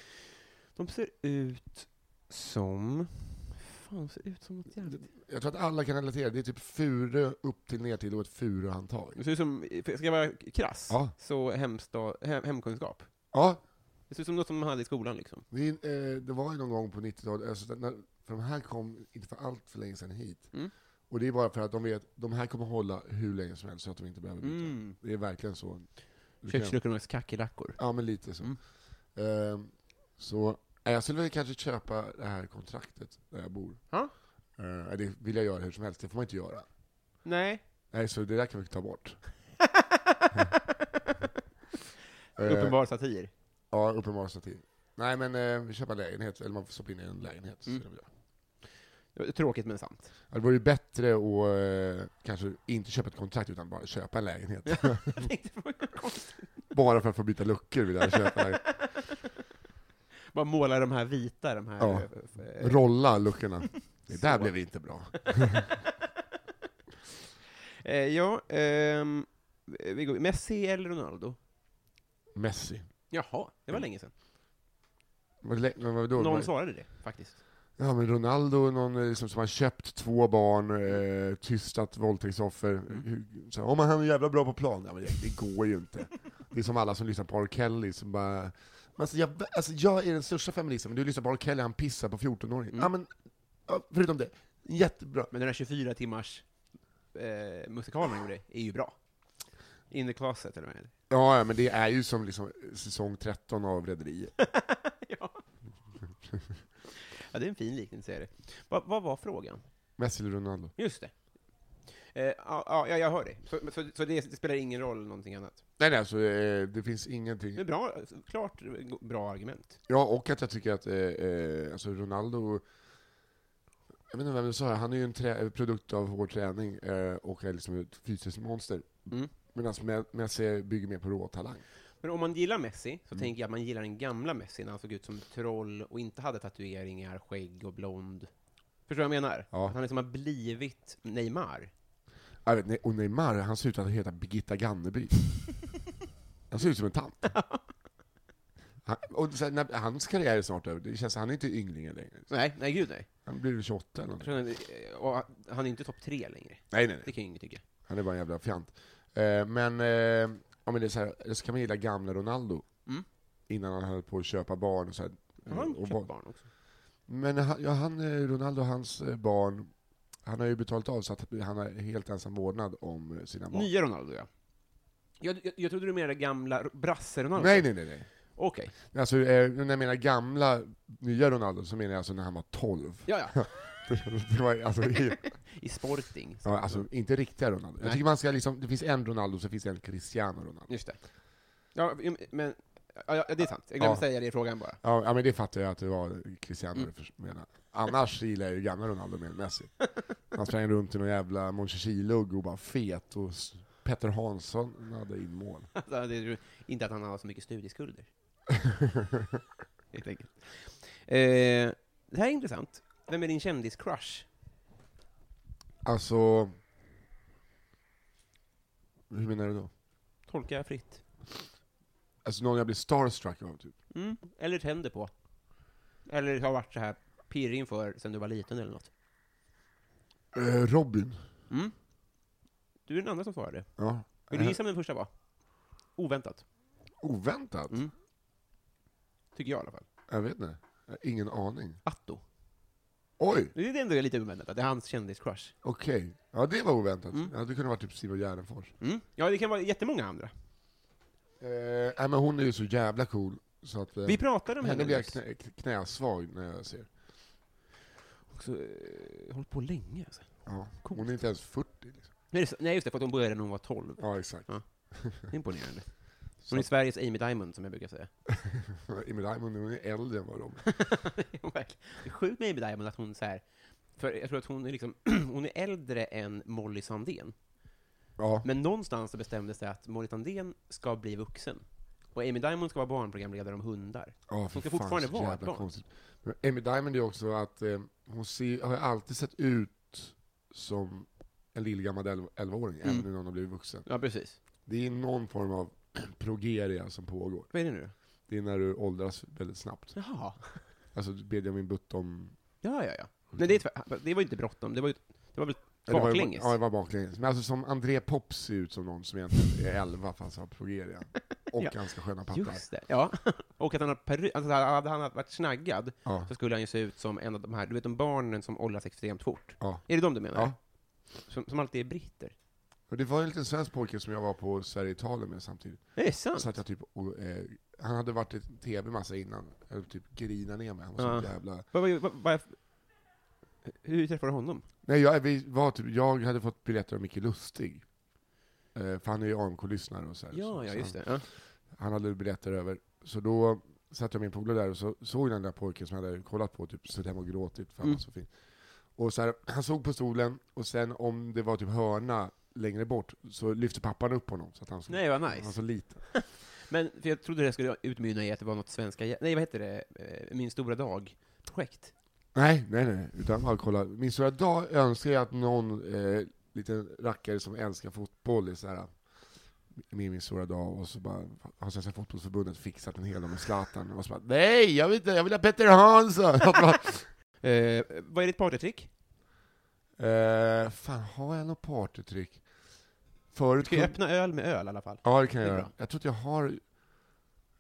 A: De ser ut som... Fan, de ser ut som något jävligt...
B: Jag tror att alla kan relatera, det är typ furu upp till ner till och ett furuhandtag.
A: Det ser ut som, ska jag vara krass,
B: Ja.
A: så hemsta, hem, hemkunskap.
B: Ja,
A: Det ser ut som något som man hade i skolan liksom.
B: Det, eh, det var ju någon gång på 90-talet, alltså, när- för de här kom inte för allt för länge sedan hit.
A: Mm.
B: Och det är bara för att de vet, de här kommer hålla hur länge som helst så att de inte behöver byta.
A: Mm.
B: Det är verkligen så. Du kan-
A: Köksluckornas kackerlackor.
B: Ja, men lite så.
A: Mm.
B: Ehm, så, nej, jag skulle väl kanske köpa det här kontraktet där jag bor.
A: Ja.
B: Eh, nej, det vill jag göra hur som helst, det får man inte göra.
A: Nej.
B: Nej, så det där kan vi ta bort. Eh,
A: Uppenbar satir.
B: Ja, uppenbar satir. Nej men, eh, vi köper en lägenhet, eller man får stoppa in i en lägenhet. så
A: Mm.
B: är det väl det.
A: Det var Tråkigt men sant.
B: Ja, Det vore ju bättre att eh, kanske inte köpa ett kontrakt utan bara köpa en lägenhet.
A: Jag tänkte på hur konstigt.
B: bara för att få byta luckor vill jag köpa en lägenhet.
A: Bara måla de här vita, de här...
B: Ja.
A: eh,
B: Rolla luckorna. Det där blev inte bra.
A: eh, ja, ehm, vi går. Messi eller Ronaldo?
B: Messi.
A: Jaha, det var länge sedan.
B: Vad lä- men vadå?
A: Någon
B: Vad-
A: svarade det, faktiskt.
B: Ja men Ronaldo, någon eh, liksom, som har köpt två barn, eh, tystat våldtäktsoffer. Hur- Så, om han är jävla bra på plan. Ja, men det, det går ju inte. Det är som alla som lyssnar på R. Kelly som bara men Alltså jag, alltså jag är den största feministen, men du lyssnar på R. Kelly, han pissar på 14-åringar. Ja, men, ja, förutom det, jättebra.
A: Men den här 24 timmars eh, musikalen han gjorde är ju bra. In the closet, eller vad det heter.
B: Ja, ja, men det är ju som liksom säsong 13 av Rederiet.
A: Ja, det är en fin liknelse, är det. Va, vad var frågan?
B: Messi eller Ronaldo?
A: Just det. Eh, ja, ja, jag hör dig. Så, så, så det, det spelar ingen roll någonting annat.
B: Nej, nej, alltså, eh, det finns
A: Det är
B: ingenting.
A: bra, klart eh, bra argument.
B: Ja, och att jag tycker att eh, eh, alltså Ronaldo, jag vet inte vem du sa, han är ju en trä- eh, produkt av hård träning eh, och är liksom ett fysiskt monster.
A: Mm.
B: Medan Me- Messi bygger mer på råtalang.
A: Men om man gillar Messi,
B: Mm.
A: så tänker jag att man gillar den gamla Messi när han såg ut som ett troll och inte hade tatueringar, skägg och blond. Förstår du vad jag menar?
B: Ja.
A: Att han liksom har blivit Neymar.
B: Jag vet, ne- och Neymar, han ser ut att heta Birgitta Ganneby. han ser ut som en tant. Han, och sen, när, hans karriär är snart över, det känns, han är inte ynglingen längre.
A: Nej, nej gud nej.
B: Han blir väl 28 eller
A: Jag
B: någonting.
A: tror han är- Och han är inte topp tre längre.
B: Nej, nej, nej.
A: Det kan ju ingen tycka.
B: Han är bara en jävla fjant. Eh, men, eh, ja, men det är så här, eller så kan man gilla gamla Ronaldo.
A: Mm.
B: Innan han höll på att köpa barn och så här.
A: Har han
B: Eh, och
A: köpt
B: barn.
A: barn också?
B: Men han, ja, han, eh, Ronaldo och hans eh, barn, han har ju betalat av så att han har helt ensam vårdnad om eh, sina barn.
A: Nya Ronaldo ja. Jag, jag, jag trodde du menade gamla r- brasse-Ronaldo.
B: Nej, nej, nej. nej.
A: Okej.
B: Alltså, eh, när jag menar gamla, nya Ronaldo så menar jag alltså när han var 12.
A: Ja, ja.
B: det var, alltså, i,
A: I Sporting.
B: ja, alltså, inte riktiga Ronaldo.
A: Nej.
B: Jag tycker man ska liksom, det finns en Ronaldo, så finns det en Cristiano Ronaldo.
A: Just det. Ja, men... Ja, ja, det är sant. Jag glömde
B: Ja.
A: säga det i frågan bara.
B: Ja, ja men det fattar jag att det var Cristiano
A: Mm.
B: du förs- menar. Annars gillar jag ju gamla Ronaldo mer än Messi. Han sprang runt i någon jävla Monchichilugg och bara fet, och s- Petter Hansson hade in mål.
A: Alltså, det är ju inte att han har så mycket studieskulder. Helt enkelt. Eh, det här är intressant. Vem är din kändis-crush?
B: Alltså... Hur menar du då?
A: Tolka fritt.
B: Alltså någon jag blir starstruck av, typ.
A: Mm. Eller tänder på. Eller har varit så här pirrig inför sen du var liten eller något.
B: Eh, Robin.
A: Mm. Du är den andra som svarade.
B: Ja.
A: Vill du
B: Eh,
A: gissa vem den första var? Oväntat.
B: Oväntat?
A: Mm. Tycker jag i alla fall.
B: Jag vet inte. Jag har ingen aning.
A: Atto.
B: Oj!
A: Det är ändå lite oväntat, att det är hans kändis-crush.
B: Okej. Ja, det var oväntat.
A: Mm.
B: Ja, det kunde varit typ Simon Gärdenfors.
A: Mm. Ja, det kan vara jättemånga andra.
B: Eh, nej, men hon är ju så jävla cool, så att... eh,
A: Vi pratade om
B: Henne
A: henne
B: blir jag
A: nyss.
B: knä, knäsvag när jag ser.
A: också eh, hållit på länge. Alltså.
B: Ja. Hon är inte ens 40. Liksom.
A: Nej, det är så- Nej, just det, för att hon började när hon var 12.
B: Ja, exakt.
A: Det är imponerande.
B: Så
A: Hon är Sveriges Amy Diamond, som jag brukar säga.
B: Amy Diamond, hon är äldre än vad de
A: det är sjukt med Amy Diamond att hon så här, för jag tror att hon är, liksom, hon är äldre än Molly Sandén.
B: Ja,
A: Men någonstans så bestämdes det att Molly Sandén ska bli vuxen. Och Amy Diamond ska vara barnprogramledare om hundar.
B: ja
A: ska
B: för
A: fortfarande
B: så
A: vara ett
B: jävla
A: barn.
B: konstigt. Men Amy Diamond är också att eh, hon ser, har ju alltid sett ut som en lillgammal 11-åring,
A: Mm.
B: även nu när hon har blivit vuxen.
A: Ja, precis.
B: Det är någon form av progeria som pågår.
A: Vad är det nu då?
B: Det är när du åldras väldigt snabbt.
A: Jaha.
B: Alltså Benjamin Button...
A: Ja, ja, ja. Nej, det, är tvär- det var ju inte bråttom. Det var ju det var väl
B: Ja, det var ju-
A: baklänges?
B: Ja, det var baklänges. Men alltså som André Pop ser ut som någon som egentligen är 11 fast har progeria. Och
A: Ja.
B: ganska sköna pattar.
A: Just det. Ja. Och att han har peru- alltså, hade han varit snaggad
B: Ja.
A: så skulle han ju se ut som en av de här, du vet de barnen som åldras extremt fort.
B: Ja.
A: Är det de du menar?
B: ja.
A: Som, som alltid är britter?
B: Och det var en liten svensk pojke som jag var på Sverige-Italien med samtidigt.
A: Är det sant?
B: Så att jag typ, och, eh, han hade varit i tv massa innan, jag höll typ grina ner mig. Han var så
A: Ja.
B: jävla...
A: Vad- vad- vad- vad- hur träffade du honom?
B: Nej, jag, vi var typ, jag hade fått biljetter av Micke Lustig. Eh, för han är ju AMK-lyssnare och så här, så,
A: Ja, ja,
B: så
A: just det. Ja.
B: han hade biljetter över. Så då satt jag med min polare där och så såg den där pojken som jag hade kollat på, typ suttit hemma och gråtit, för han
A: Mm.
B: var så fin. Och så här, han såg på stolen, och sen om det var typ hörna längre bort, så lyfte pappan upp honom. Så att han såg,
A: Nej, vad
B: han var
A: nice.
B: så liten.
A: Men för jag trodde det skulle utmynna i att det var något svenska, jä- nej vad heter det, Eh, Min stora dag-projekt.
B: Nej, nej, nej. Utan bara kolla. Min stora dag önskar jag att någon eh, liten rackare som älskar fotboll är så här eh, med min stora dag och så bara har Svenska fotbollsförbundet fixat en hel dag med Zlatan och så bara Nej, jag vill inte, jag vill ha Petter Hansson! Och bara,
A: Eh, vad är ditt partytrick?
B: Eh, fan, har jag något partytrick? Förut
A: Du ska ju
B: kun-
A: öppna öl med öl i alla fall.
B: Ja, det kan jag
A: Det är
B: göra.
A: bra.
B: Jag tror att jag har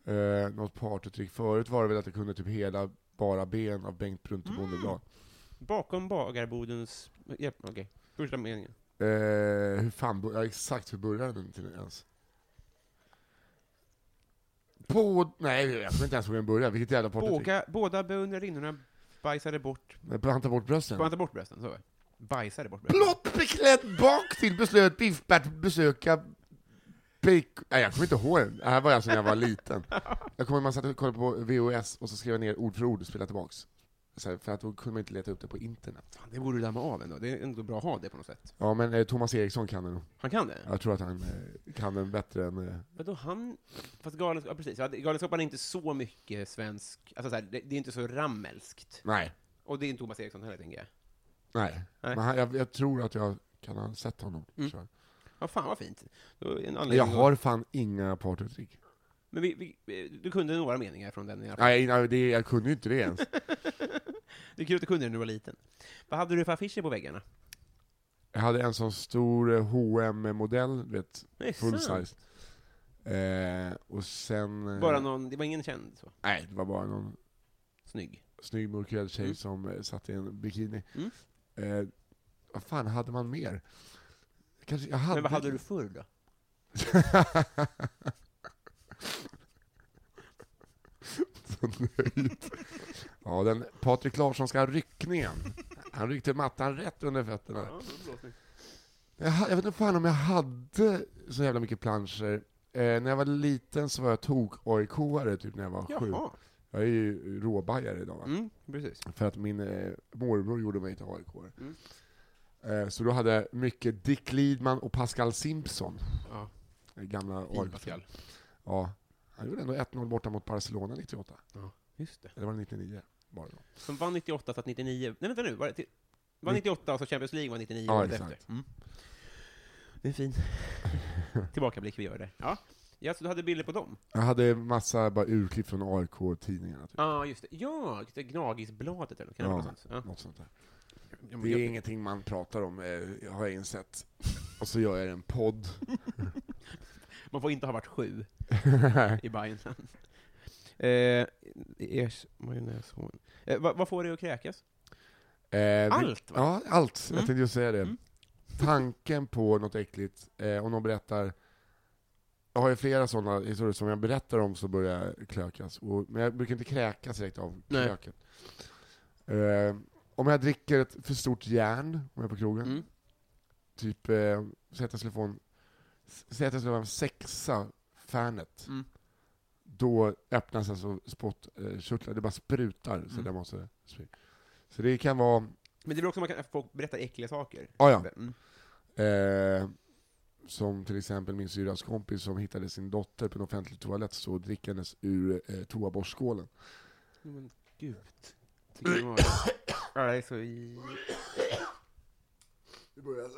B: eh, något partytrick. Förut var det väl att jag kunde typ hela bara ben av Bengt Brunte
A: Mm.
B: Bondeblad.
A: Bakom bagarbodens... Ja, okej. Första meningen.
B: Eh, hur fan, bo- ja, exakt hur började den till ens? På, nej, jag kommer inte ens ihåg hur den började. Vilket jävla partytrick.
A: Båga, båda beundrarinnorna bajsade bort...
B: Nej, Han tar bort brösten.
A: Bajsade bort brösten, så var det. Bajsade bort brösten.
B: Blått beklädd bak till beslöt Biff-Bert besöka Bik- Nej, jag kommer inte ihåg den. Det här var alltså när jag var liten. Jag kommer ihåg att man satt och kollade på VHS och så skrev jag ner ord för ord och spelade tillbaks. Så här, för att då kunde man inte leta upp det på internet.
A: Fan, det borde du damma av ändå. Det är ändå bra att ha det på något sätt.
B: Ja, men eh, Thomas Eriksson kan den nog.
A: Han kan det?
B: Jag tror att han eh, kan den bättre än... Eh,
A: Vadå, han... Fast galenskap, ja, precis. Ja, det- Galenskaparna är inte så mycket svensk... Alltså så här, det, det är inte så rammelskt.
B: nej.
A: Och det är inte Thomas Eriksson heller, tänker jag.
B: Nej.
A: Nej.
B: Men han, jag, jag tror att jag kan ha sett honom.
A: Mm.
B: tror jag.
A: Ja, fan vad fint. Då är det en
B: Men jag
A: anledning att-
B: har fan inga partytrick.
A: Men vi, vi, eh, du kunde några meningar från den i alla fall.
B: Nej, nej det, jag kunde ju inte det ens.
A: Det är kul att du kunde den när du var liten. Vad hade du för affischer på väggarna?
B: Jag hade en sån stor eh, hm modell du vet,
A: Nej,
B: Full
A: sant.
B: size. Eh, och sen... eh,
A: Bara någon, det var ingen känd så.
B: Nej, det var bara någon
A: Snygg.
B: snygg mörkhyad tjej
A: Mm.
B: som eh, satt i en bikini.
A: Mm.
B: Eh, vad fan hade man mer? Kanske, jag hade...
A: Men vad hade du förr då?
B: ja, den Patrik Larsson ska ha ryckningen. Han ryckte mattan rätt under fötterna. Jag, ha- jag vet inte fan om jag hade så jävla mycket planscher. Eh, när jag var liten så var jag tok-AIK-are typ när jag var sju.
A: Jaha.
B: Jag är ju råbajare idag. va?
A: Mm, precis.
B: För att min eh, morbror gjorde mig till AIK.
A: Mm.
B: Eh, så då hade jag mycket Dick Lidman och Pascal Simpson,
A: Ja,
B: eh, gamla
A: fin
B: AIK.
A: Pascal.
B: Ja. Han gjorde ändå 1-0 borta mot Barcelona 98.
A: Just det.
B: Eller var det 99? Bara då.
A: Som vann 98, satt 99. Nej, vänta nu. Var det till, var 98 och så Champions League var 99
B: Ja,
A: året
B: exakt.
A: efter. Mm. Det är fin. Tillbakablick vi gör där. Ja. ja, så du hade bilder på dem?
B: Jag hade massa bara urklipp från AIK-tidningarna. Typ.
A: Ja, just det. Ja, det är Gnagisbladet eller något. Kan det
B: Ja.
A: vara något sånt? Ja.
B: Något sånt där.
A: Ja, men
B: Det
A: jag-
B: är ingenting man pratar om, eh, har jag insett. Och så gör jag en podd.
A: Man får inte ha varit sju.
B: Eh,
A: i Bajenland. Eh, ers majonnäshorn. Eh, vad, vad får dig att kräkas?
B: Eh,
A: Allt, va?
B: Ja, allt.
A: Mm.
B: Jag tänkte just säga det.
A: Mm.
B: Tanken på något äckligt, eh, om någon berättar... Jag har ju flera sådana historier som jag berättar om så börjar jag klökas. Och, men jag brukar inte kräkas direkt av
A: Nej.
B: klöket. Eh, Om jag dricker ett för stort järn, om jag är på krogen,
A: Mm.
B: typ, eh, säg att jag skulle få en, säg att jag skulle få en sexa Fanet,
A: Mm.
B: då öppnas alltså spottkörtlar, det bara sprutar, så
A: Mm.
B: det måste spy. Så det kan vara,
A: Men det är väl också man kan, folk berättar äckliga saker.
B: ah, ja,
A: Mm.
B: Eh, som till exempel min syrras kompis som hittade sin dotter på en offentlig toalett så drickandes ur eh, toaborstskålen.
A: Men gud. Tycker du om det? Ja, det är så... i-
B: Nu börjar jag...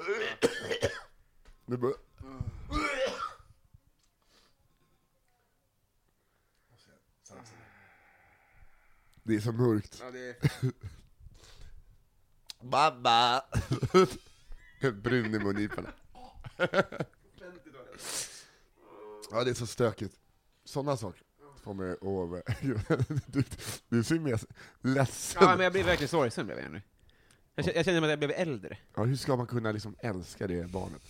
B: Nu börjar... Det är så mörkt. Mamma! Brun i mungiporna. Ja, det är så stökigt. Sådana saker får mig att... Du, du ser mer ledsen
A: Ja, men jag blev verkligen sorgsen blev jag nu. Jag känner, jag känner att jag blev äldre.
B: Ja, hur ska man kunna liksom älska det barnet?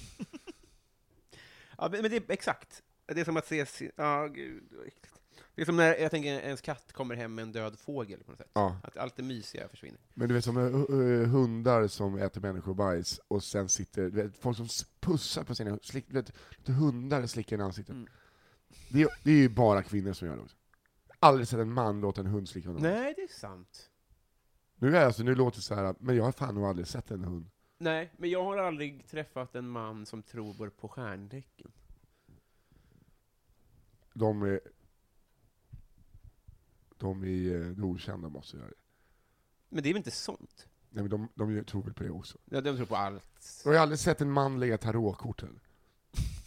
A: Ja, men men det är exakt. Det är som att se... sin- Ja, gud, vad äckligt. Det är som när jag tänker ens katt kommer hem med en död fågel på något sätt.
B: Ja.
A: Att allt det mysiga försvinner.
B: Men du vet som eh, eh, hundar som äter människobajs och sen sitter, du vet, folk som s- pussar på sina slick, du vet, du vet, hundar slickar i ansiktet.
A: Mm.
B: Det, är- det är ju bara kvinnor som gör det också. Aldrig sett en man låta en hund slicka honom.
A: Nej, det är sant.
B: Nu, är jag alltså, nu låter det så här, men jag har fan nog aldrig sett en hund.
A: Nej, men jag har aldrig träffat en man som tror på stjärntecken.
B: De är... De i eh, det okända måste göra det.
A: Men det är väl inte sånt?
B: Nej men de, de tror väl på det också.
A: Ja, de tror på allt.
B: Jag har aldrig sett en man lägga tarotkort heller.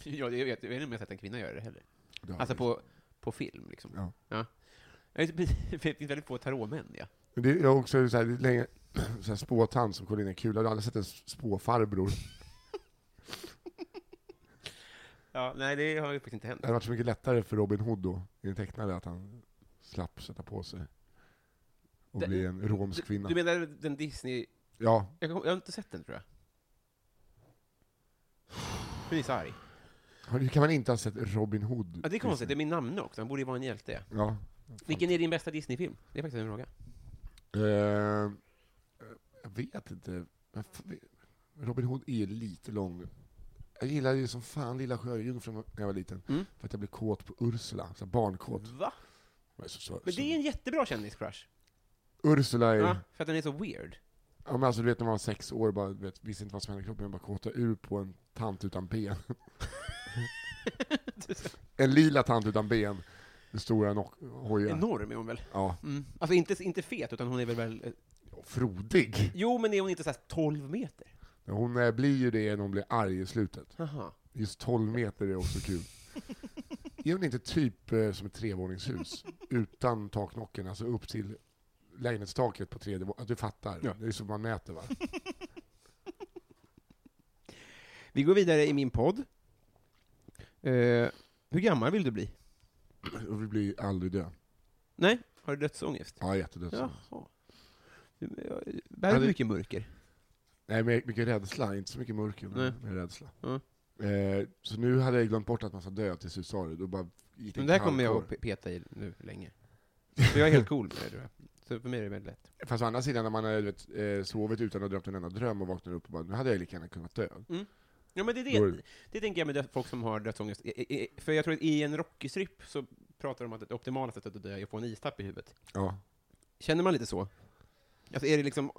A: Ja, det- jag vet jag vet inte om jag har sett en kvinna göra det heller.
B: Det har
A: Alltså
B: jag
A: på, på film, liksom.
B: Ja.
A: Ja, Det det finns väldigt få tarotmän, ja.
B: Men Det är också så här, det är länge, så här spåtant som Cornelia Kula, du har aldrig sett en spåfarbror.
A: ja. Nej, det har ju faktiskt inte hänt.
B: Det hade varit så mycket lättare för Robin Hood då, i den tecknade, att han slapp sätta på sig och
A: Det-
B: bli en romsk
A: Du,
B: kvinna.
A: du menar den Disney...
B: Ja,
A: Jag, kom- jag har inte sett den, tror jag. Men det är så arg.
B: hur kan man inte ha sett Robin Hood? Liksom?
A: Ja, det är konstigt, det är min namne också, han borde ju vara en hjälte.
B: Ja.
A: Vilken är din bästa Disney-film? Det är faktiskt en fråga.
B: Eh, jag vet inte. Men fan, Robin Hood är lite lång. Jag gillade ju som fan Lilla Sjöjungfrun när jag var liten,
A: Mm.
B: för att jag blev kåt på Ursula, så här barnkåt.
A: Va?
B: Men så- så-
A: Men det är en jättebra kändiscrush.
B: Ursula är...
A: Ja, för att den är så weird.
B: Ja men alltså du vet när man var sex år bara, du vet, visste inte vad som hände i kroppen, man bara kåtade ur på en tant utan ben. en lila tant utan ben, med stora nock- hojar.
A: Enorm är hon väl?
B: Ja,
A: Mm. Alltså inte, inte fet, utan hon är väl väl... eh,
B: frodig.
A: Jo, men är hon inte såhär 12 meter?
B: Hon eh, blir ju det när hon blir arg i slutet.
A: Aha.
B: Just 12 meter är också kul. Är hon inte typ eh, som ett trevåningshus, utan taknocken, alltså upp till lägenhetstaket på tredje våningen? Du fattar,
A: Ja.
B: det är så man mäter va?
A: Vi går vidare i min podd. Eh, hur gammal vill du bli?
B: Och vi blir aldrig dö.
A: Nej, har du dödsångest?
B: Ja, jättedöd.
A: Jaha. Det det här är
B: Alltså. Ja, det-
A: mycket mörker.
B: Nej, men mycket rädsla, inte så mycket mörker,
A: Nej.
B: men med rädsla.
A: Ja.
B: Eh, så nu hade jag glömt bort att man ska dö till suicidare, då bara gick
A: Men
B: en
A: det här kommer jag
B: kallkår.
A: att pe- peta i nu länge. För jag är helt cool med det, tror jag. Så för mig är det väldigt lätt.
B: Fast å andra sidan, när man har du vet, eh, sovit utan att ha drömt en enda dröm och vaknar upp och bara, nu hade jag lika gärna kunnat dö.
A: Ja, men det,
B: Då
A: är
B: är
A: det. det tänker jag med dö- folk som har dödsångest. I- i- i- För jag tror att i en rockiestripp så pratar de om att det optimala sättet att dö är att få en istapp i huvudet.
B: Ja.
A: Känner man lite så? Alltså är det liksom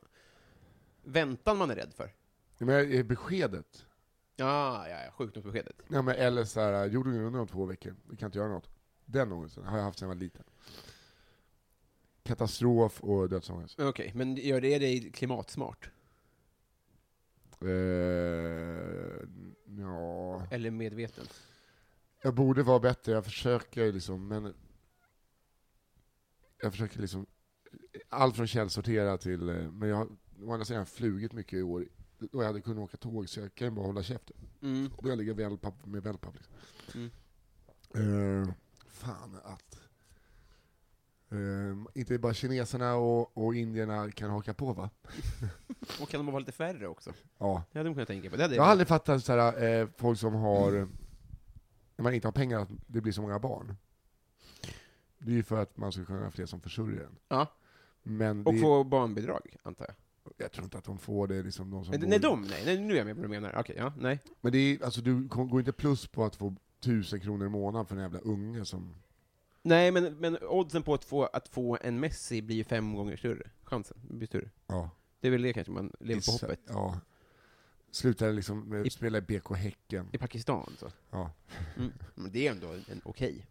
A: väntan man är rädd för?
B: Men eh, beskedet,
A: Ja, ja, ja, sjukdomsbeskedet.
B: Nej, men, eller så här, jorden är under om två veckor, vi kan inte göra något. Den ångesten har jag haft sedan jag var liten. Katastrof och dödsångest.
A: Okej, men gör det dig klimatsmart?
B: Eh, ja.
A: Eller medveten?
B: Jag borde vara bättre, jag försöker liksom, men... Jag försöker liksom... Allt från källsortera till... eh, Men jag har å andra sidan har jag flugit mycket i år, och jag hade kunnat åka tåg, så jag kan ju bara hålla käften.
A: Mm.
B: Och jag ligger wellpapp med wellpapp liksom.
A: Mm.
B: Eh, fan att... Eh, inte bara kineserna och, och indierna kan haka på va?
A: Och kan de vara lite färre också?
B: Ja.
A: Det hade man kunnat tänka på. Det hade
B: Jag har aldrig fattat så här, eh, folk som har, när man inte har pengar, att det blir så många barn. Det är ju för att man ska kunna ha fler som försörjer en.
A: Ja.
B: Men det,
A: Och få barnbidrag, antar jag.
B: Jag tror inte att de får det, liksom de som
A: Nej,
B: bor
A: nej,
B: i-
A: de, nej, nej, nu är jag med på vad du menar. Okej, ja, nej.
B: Men det är, alltså, du kom- går inte plus på att få tusen kronor i månaden för en jävla unge som...
A: Nej, men, men oddsen på att få, att få en Messi blir ju fem gånger större. Chansen blir större.
B: Ja,
A: Det är väl det kanske man lever på
B: is-
A: hoppet.
B: Ja. Slutade liksom med
A: I-
B: att spela i BK Häcken.
A: I Pakistan, så.
B: Ja.
A: Mm. Men det är ändå en, en okej.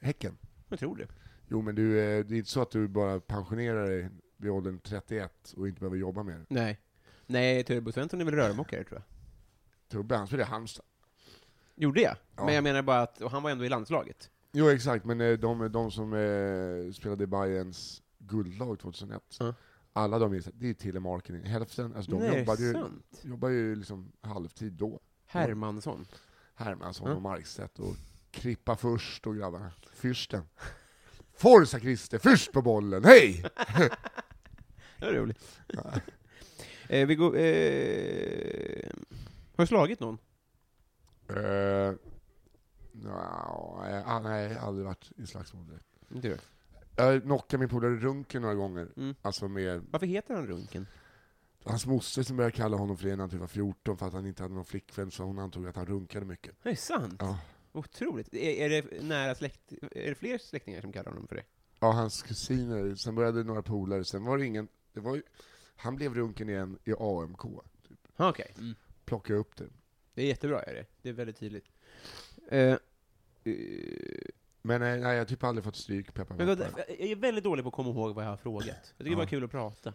B: Häcken?
A: Jag tror det.
B: Jo, men du, eh, det är inte så att du bara pensionerar dig vid åldern 31 och inte behöver jobba mer.
A: Nej. Nej, Turbo Svensson är väl rörmokare, tror jag.
B: Tubbe, han spelade i Halmstad.
A: Gjorde jag?
B: Ja.
A: Men jag menar bara att, och han var ändå i landslaget.
B: Jo, exakt, men eh, de, de som eh, spelade i Bayerns guldlag 2001,
A: Ja.
B: alla de är, så- det är telemarketing. Hälften, alltså de
A: Nej,
B: jobbade ju,
A: sant.
B: jobbar ju liksom halvtid då.
A: Hermansson.
B: Hermansson
A: Ja.
B: och Markstedt och Krippa först och grabbarna. Fyrsten. Forza Christer, först på bollen, hej!
A: Det var roligt. eh, vi går, eh, har du slagit någon?
B: uh, no, eh, ah, nej, jag har aldrig varit i slagsmål direkt.
A: Inte du?
B: Jag knockade min polare Runken några gånger,
A: Mm.
B: alltså med
A: Varför heter han Runken?
B: hans moster som började kalla honom för det när han typ var 14 för att han inte hade någon flickvän, så hon antog att han runkade mycket.
A: Det är sant.
B: Ja.
A: Otroligt. Är, är det nära släkt, är det fler släktingar som kallar honom för det?
B: Ja, hans kusiner, sen började några polare, sen var det ingen, det var ju, han blev Runken igen i AMK,
A: Ja, Okej.
B: plockade upp det.
A: Det är jättebra, är det. Det är väldigt tydligt. Eh, eh,
B: Men eh, nej, jag har typ aldrig fått stryk, peppar,
A: men vad,
B: peppar.
A: jag är väldigt dålig på att komma ihåg vad jag har frågat. Jag tycker det var
B: Ja.
A: kul att prata.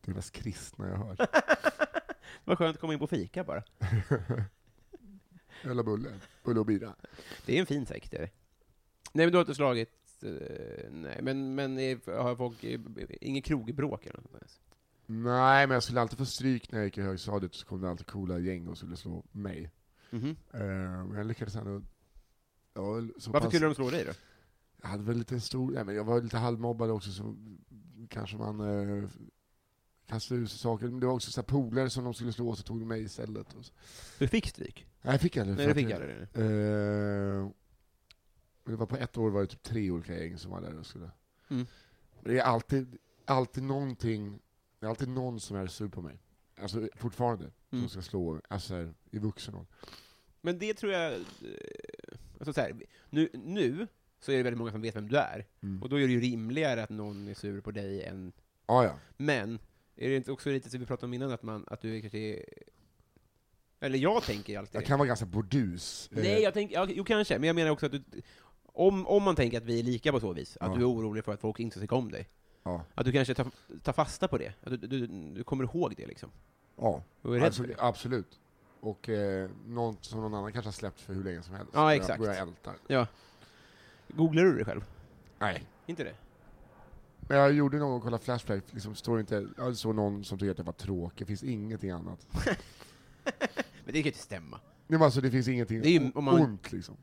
B: Det är mest kristna jag har hört.
A: Det var skönt att komma in på fika bara.
B: Öl och bulle, bulle och bira.
A: Det är en fin sekt, är det. Nej, men du har inte slagit... eh, nej, men, men är, har folk... eh, Inget krogbråk eller något sånt där?
B: Nej, men jag skulle alltid få stryk när jag gick i högstadiet, så kom det alltid coola gäng och skulle slå mig.
A: Mhm.
B: Eh, Men jag lyckades ändå... Jag, var så
A: Varför
B: pass,
A: skulle de slå dig då?
B: jag hade väl lite stor... Nej, men jag var lite halvmobbad också, så kanske man eh, kastade ur sig saker. Men det var också så här polare som de skulle slå, så tog de mig istället. Och så.
A: Du fick stryk?
B: Nej, jag fick aldrig.
A: Nej,
B: för
A: du
B: att
A: fick
B: jag-
A: aldrig det.
B: Eh, men det var på ett år var det typ tre olika gäng som var där och skulle...
A: Mm.
B: Men det är alltid, alltid någonting, det är alltid någon som är sur på mig. Alltså fortfarande,
A: Mm.
B: som ska slå, alltså så här, i vuxen ålder.
A: Men det tror jag... eh, Alltså så här, nu, nu så är det väldigt många som vet vem du är,
B: Mm.
A: och då är det ju rimligare att någon är sur på dig än...
B: Ah, ja.
A: Men, är det inte också lite som vi pratade om innan, att, man, att du är kanske är... Eller jag tänker ju alltid
B: Jag
A: det.
B: kan vara ganska burdus. eh,
A: Nej, jag tänker... ja, Jo, kanske, men jag menar också att du... Om, om man tänker att vi är lika på så vis, att
B: Ja.
A: du är orolig för att folk inte tycker om dig,
B: Ja.
A: att du kanske tar, tar fasta på det, att du, du, du kommer ihåg det liksom,
B: Alltså, ja.
A: och är rädd för
B: Absolut,
A: det.
B: absolut. Och eh, något som någon annan kanske har släppt för hur länge som helst.
A: Ja,
B: Börjar-
A: exakt.
B: Börjar älta.
A: Googlar du det själv?
B: Nej.
A: Inte det?
B: Men jag gjorde någon gång, kolla Flashback, liksom står inte, jag såg någon som tyckte att jag var tråkig, det finns ingenting annat.
A: Men det kan ju inte stämma.
B: Nej, men alltså det finns ingenting
A: Det är ju- om man-
B: ont liksom.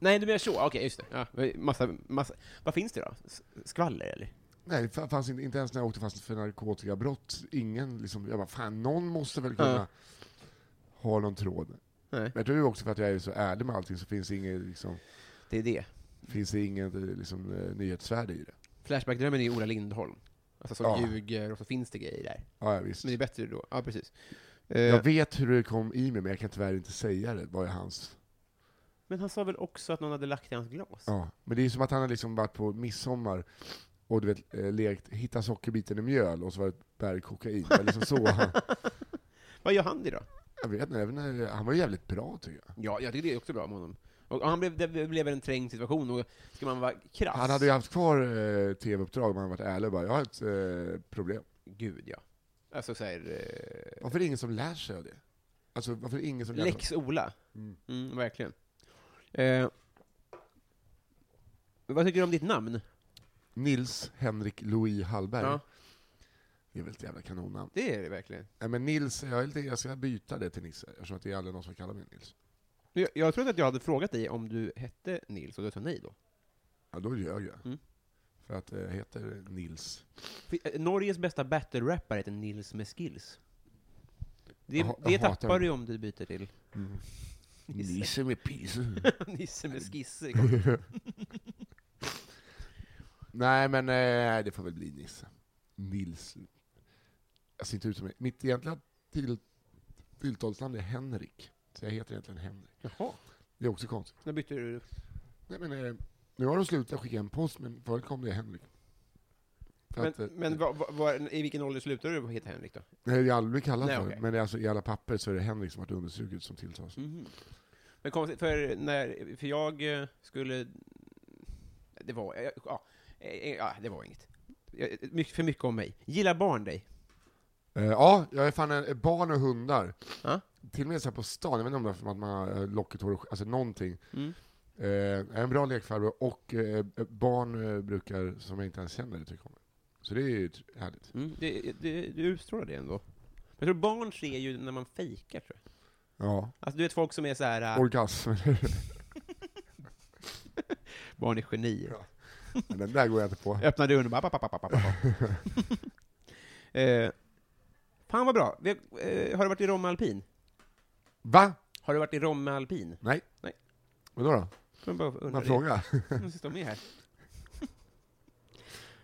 A: Nej, du menar så? Okej, just det. Ja, massa, massa. Vad finns det då? S- Skvaller, eller?
B: Nej, det fa- fanns inte, inte ens när jag åkte fast för narkotikabrott, ingen liksom, jag bara fan, någon måste väl kunna
A: Ja.
B: ha någon tråd.
A: Nej,
B: Men jag tror ju också för att jag är så ärlig med allting så finns det inget, liksom,
A: det är det.
B: finns det inget eh, liksom, eh, nyhetsvärde i det.
A: Flashbackdrömmen är ju Ola Lindholm. Alltså som
B: Ja.
A: ljuger och så finns det grejer där.
B: Ja, ja, visst.
A: Men det är bättre då. Ja, precis. Eh,
B: Jag vet hur det kom i mig, men jag kan tyvärr inte säga det, vad är hans...
A: Men han sa väl också att någon hade lagt i hans glas?
B: Ja. Men det är som att han har liksom varit på midsommar och du vet, eh, lekt, hitta sockerbiten i mjöl och så var det ett berg kokain. Det var Liksom så. Han,
A: Vad gör han det då?
B: jag vet inte, även när, han var ju jävligt bra tycker jag.
A: Ja, jag tycker det är också bra med honom. Och han blev, det blev en trängd situation, och ska man vara krass...
B: Han hade ju haft kvar eh, tv-uppdrag om han varit ärlig och bara, jag har ett eh, problem.
A: Gud, ja. Alltså såhär... Eh...
B: Varför är det ingen som lär sig av det? Alltså varför är det ingen som lär sig?
A: Lex Ola.
B: Mm.
A: Mm, verkligen. Eh... Vad tycker du om ditt namn?
B: Nils Henrik Louis Hallberg.
A: Ja.
B: Det är väl ett jävla kanonnamn.
A: Det är det verkligen.
B: Nej men Nils, jag, är lite, jag ska byta det till Nisse, eftersom att det är aldrig någon som kallar mig Nils.
A: Jag, jag trodde att jag hade frågat dig om du hette Nils och du sa nej då.
B: Ja, då ljög jag.
A: Mm.
B: För att eh, jag heter Nils.
A: Fi- eh, Norges bästa battle-rappare heter Nils med skills. Det,
B: Jag ha-
A: det
B: jag hatar
A: tappar
B: det.
A: du om du byter till Nisse.
B: med pis.
A: Nisse med skisser.
B: Nej men eh, det får väl bli Nisse. Nils. jag ser inte ut som mig. Mitt egentliga till, tilltalsnamn är Henrik, så jag heter egentligen Henrik.
A: Jaha,
B: Det är också konstigt.
A: när bytte du?
B: Nej, men, eh, nu har de slutat skicka en post, men förut kom det Henrik. För
A: Men,
B: att, eh,
A: men vad- vad- vad- i vilken ålder slutade du heta Henrik då?
B: nej, det är aldrig kallat
A: Nej,
B: för,
A: okej.
B: men det är alltså, i alla papper så är det Henrik som har understrukits som tilltalsnamn.
A: Men konstigt, för när, för jag eh, skulle, det var, ja, ja, eh, ja det var inget. Jag- eh, Mycket, för mycket om mig. Gillar barn dig?
B: Eh, ja, jag är fan en, barn och hundar.
A: Ja.
B: Till och med så här på stan, jag vet inte om det är för att man har eh, lockigt hår, och sk- alltså någonting.
A: Mm.
B: Eh, jag är en bra lekfarbror och eh, barn eh, brukar, som jag inte ens känner, tycker om mig. Så det är ju tr- härligt.
A: Mm. Det, det, du utstrålar det ändå. Jag tror barn ser ju när man fejkar, tror jag.
B: Ja,
A: Alltså du vet folk som är så här. eh,
B: orgasm.
A: barn är genier.
B: Ja. Men Den där går jag inte på.
A: Öppnar dörren och bara... App, app, app, app, app, app. eh, fan vad bra. Vi, har- eh, har du varit i Romme Alpin?
B: Va?
A: Har du varit i Romme Alpin?
B: Nej.
A: Nej.
B: Vadå då?
A: Får jag bara undra
B: Man
A: det?
B: fråga?
A: Jag sitter med här.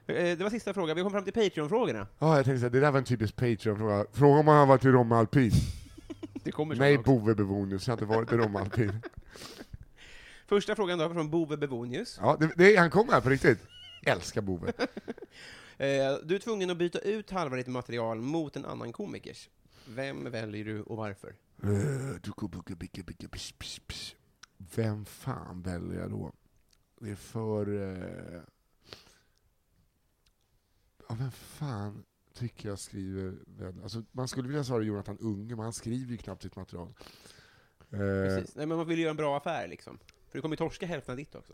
A: Eh, Det var sista frågan. Vi kom fram till Patreon-frågorna.
B: Ja, jag tänkte säga, det där var en typisk Patreon-fråga. Fråga om man har varit i Romme Alpin.
A: Det kommer
B: Nej,
A: såna också.
B: Bove Bevonius, jag har inte varit i Romme Alpin.
A: Första frågan då, från Bove Bevonius.
B: Ja, det, det, han kom här på riktigt. Älskar Bove.
A: Eh, Du är tvungen att byta ut halva ditt material mot en annan komikers. Vem väljer du och varför?
B: Eh, duku, buku, biku, biku, pss, pss, pss. Vem fan väljer jag då? Det är för... Eh... Ja, vem fan tycker jag skriver... väl- Alltså, man skulle vilja svara Jonathan Unge, men han skriver ju knappt sitt material. Eh,
A: Precis. Nej, men man vill ju göra en bra affär liksom. För du kommer ju torska hälften av ditt också.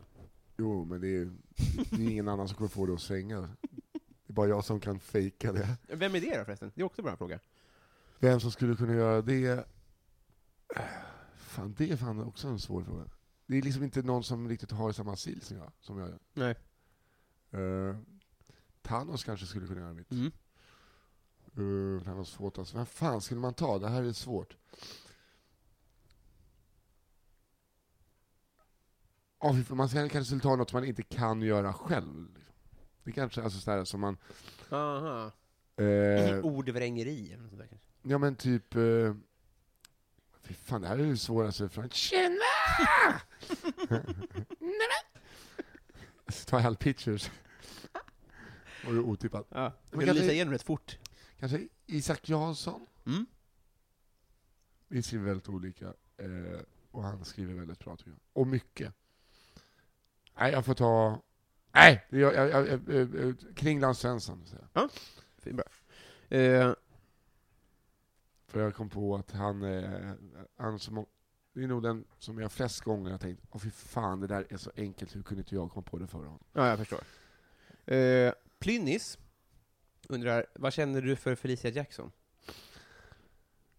B: Jo, men det är, det är ingen annan som kommer få det att svänga. Det är bara jag som kan fejka det.
A: Vem är det då förresten? Det är också en bra fråga.
B: Vem som skulle kunna göra det? Äh, Fan, det är fan också en svår fråga. Det är liksom inte någon som riktigt har samma stil som jag. Som jag.
A: Nej.
B: Eh, Thanos kanske skulle kunna göra mitt.
A: Mm.
B: Eh, Thanos Fotas. Vem fan skulle man ta? Det här är svårt. Ja, fy fan, man kanske skulle ta något som man inte kan göra själv. Liksom. Det kanske, alltså sådär som man...
A: Aha.
B: eh,
A: Ordvrängeri. eller något sånt där kanske.
B: Ja men typ... Eh, fy fan, det här är det svåraste från... Tjena! Ta all pictures. Var ju otippat.
A: Ja.
B: Men
A: Vill du
B: kanske-
A: lysa igenom rätt fort?
B: Kanske Isak Jansson?
A: Mm.
B: Vi skriver väldigt olika. Eh, och han skriver väldigt bra tycker jag. Och mycket. Nej, jag får ta... Nej! det gör- jag, jag, jag, jag, jag, Kringland Svensson, säger jag.
A: Fin, bra. Eh,
B: För jag kom på att han, eh, han som, det är nog den som jag flest gånger har tänkt, åh fy fan det där är så enkelt, hur kunde inte jag komma på det förra gången?
A: ja, jag förstår. Eh, Plynnis undrar, vad känner du för Felicia Jackson?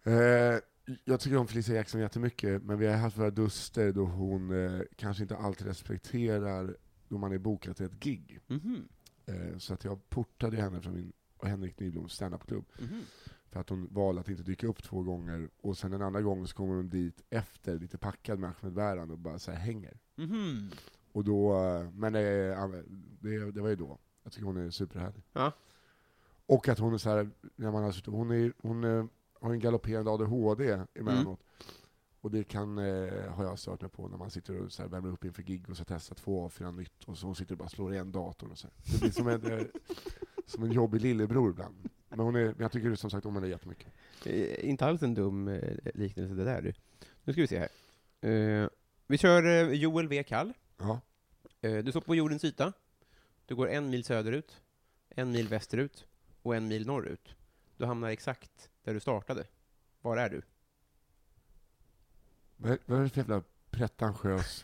B: Eh, jag tycker om Felicia Jackson jättemycket, men vi har haft våra duster då hon eh, kanske inte alltid respekterar då man är bokad till ett gig.
A: Mhm.
B: Eh, så att jag portade henne från min och Henrik Nybloms standupklubb,
A: Mhm.
B: för att hon valde att inte dyka upp två gånger, och sen den andra gången så kommer hon dit efter, lite packad med Ahmed Bäran och bara så här hänger.
A: Mhm.
B: Och då, eh, men eh, ja, det, det var ju då. Jag tycker hon är superhärlig.
A: Ja.
B: Och att hon är så här, när man har suttit, hon, är, hon eh, har en galopperande ADHD emellanåt.
A: Mm.
B: Och det kan, eh, har jag stört mig på, när man sitter och så här värmer upp inför gig och så testar två A4 nytt, och så hon sitter och bara slår igen datorn och så här. Det blir som en, eh, som en jobbig lillebror ibland. Men, hon är, men jag tycker som sagt om henne jättemycket.
A: Eh, inte alls en dum eh, liknelse det där du. Nu ska vi se här. Eh, vi kör eh, Joel V. Kall.
B: Ja.
A: Eh, du står på jordens yta. Du går en mil söderut, en mil västerut och en mil norrut. Du hamnar exakt där du startade. Var är du?
B: Vad är- vad är det för jävla pretentiös...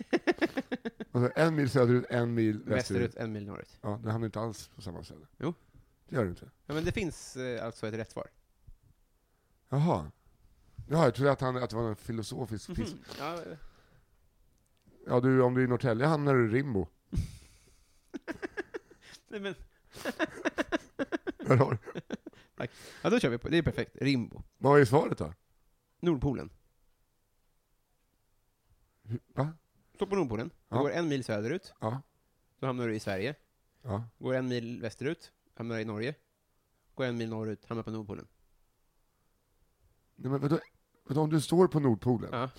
B: Alltså, en mil söderut, en mil västerut.
A: Västerut, en mil norrut.
B: Ja, det hamnar inte alls på samma ställe.
A: Jo.
B: Det gör det inte.
A: Ja, men det finns eh, alltså ett rätt svar.
B: Jaha. Ja, jag trodde att, han, att det var en filosofisk piss.
A: Ja, eh,
B: Ja, du, om du är i Norrtälje hamnar du i Rimbo.
A: nej, men,
B: Där har du.
A: ja, då kör vi på. Det är perfekt. Rimbo.
B: Vad är svaret då?
A: Nordpolen.
B: Hur- Va?
A: Står på Nordpolen. Du
B: Ja.
A: går en mil söderut.
B: Ja.
A: Då hamnar du i Sverige.
B: Ja.
A: Går en mil västerut. Hamnar i Norge. Går en mil norrut. Hamnar på Nordpolen.
B: Nej, men vadå, vadå, om du står på Nordpolen
A: Ja.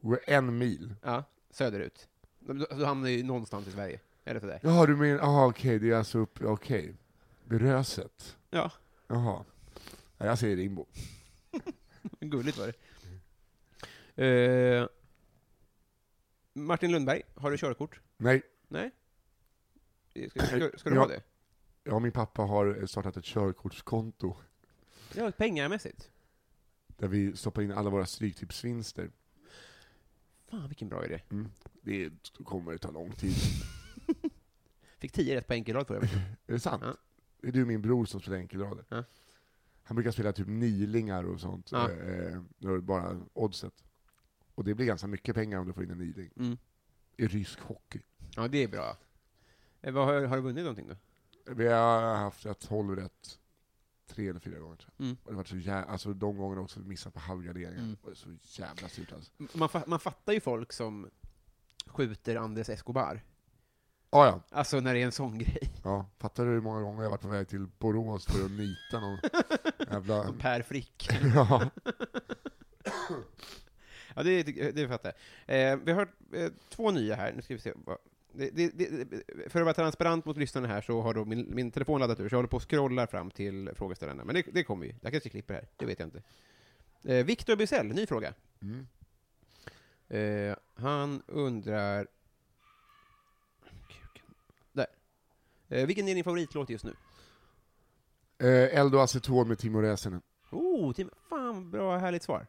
B: och är en mil.
A: Ja, söderut. Då, då då hamnar ju någonstans i Sverige. Är det för dig?
B: Jaha, du menar, jaha okej, det är alltså upp, okej. Vid Röset.
A: Ja.
B: Jaha. Nej, jag säger Rimbo.
A: Gulligt var det. Eh, Martin Lundberg, har du körkort?
B: Nej,
A: Nej? Ska, ska, ska du
B: Ja.
A: ha det?
B: jag och min pappa har eh, startat ett körkortskonto
A: Ja, pengamässigt.
B: där vi stoppar in alla våra stryktipsvinster. Mm.
A: Fan, vilken bra idé.
B: Det kommer ta lång tid.
A: Fick 10 rätt på enkelrad förra veckan.
B: Är det sant?
A: Ja.
B: Det är du och min bror som spelar enkelrader.
A: Ja.
B: Han brukar spela typ nilingar och sånt,
A: Ja.
B: eh, när det bara oddset. Och det blir ganska mycket pengar om du får in en niling.
A: Mm.
B: I rysk hockey.
A: Ja, det är bra. Eh, vad, har, har du vunnit någonting då?
B: Vi har haft rätt, tolv rätt, tre eller fyra gånger tror jag.
A: Mm.
B: Och det har varit så jävla, alltså de gångerna också missat på halvgarderingen.
A: Mm.
B: Det var så jävla surt alltså.
A: Man, fa- man fattar ju folk som skjuter Andres Escobar.
B: Ah, ja,
A: Alltså när det är en sån grej.
B: ja. Fattar du hur många gånger jag har varit på väg till Borås för att nita någon jävla...
A: Som Per Frick.
B: ja.
A: Ja, det, det fattar jag. Eh, vi har hört eh, två nya här. Nu ska vi se. vad- Det, det, det, för att vara transparent mot lyssnarna här så har då min, min telefon laddat ur, så jag håller på och scrollar fram till frågeställarna. Men det, det kommer ju. Jag kanske klipper här, det vet jag inte. Eh, Viktor Bysell, ny fråga.
B: Mm.
A: Eh, han undrar... Kuken. Där. Eh, vilken är din favoritlåt just nu?
B: Eh, Eld och aceton med Timo Räsänen.
A: Oh, Tim, fan bra härligt svar.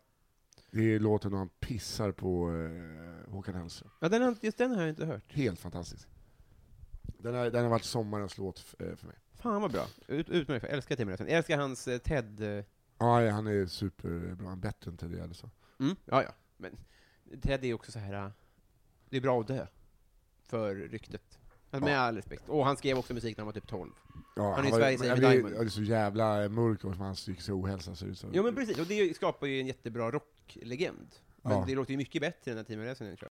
B: Det är låten när han pissar på eh, Håkan Hellström.
A: Ja, den, har- just den har jag inte hört.
B: Helt fantastisk. Den har, den har varit sommarens låt f- eh, för mig.
A: Fan vad bra. Ut, utmärkt. Jag älskar Tim Räsen. Jag älskar hans eh, TED... Eh,
B: Ja, ja, han är superbra. Han är bättre än Teddy Gärdestad.
A: Mm, ja, ja. Men Ted är också så här. äh, det är bra att dö. För ryktet. Alltså,
B: Ja.
A: Med all respekt. Och han skrev också musik när han var typ 12.
B: Ja,
A: är i
B: var-
A: Sveriges
B: men
A: Amy
B: det är-
A: Diamond.
B: ja, Det är så jävla mörk och som han psykisk ohälsa ser ut som.
A: Jo men precis, och det skapar ju en jättebra rocklegend. Men
B: Ja.
A: det låter ju mycket bättre än när Timo Räsänen kör.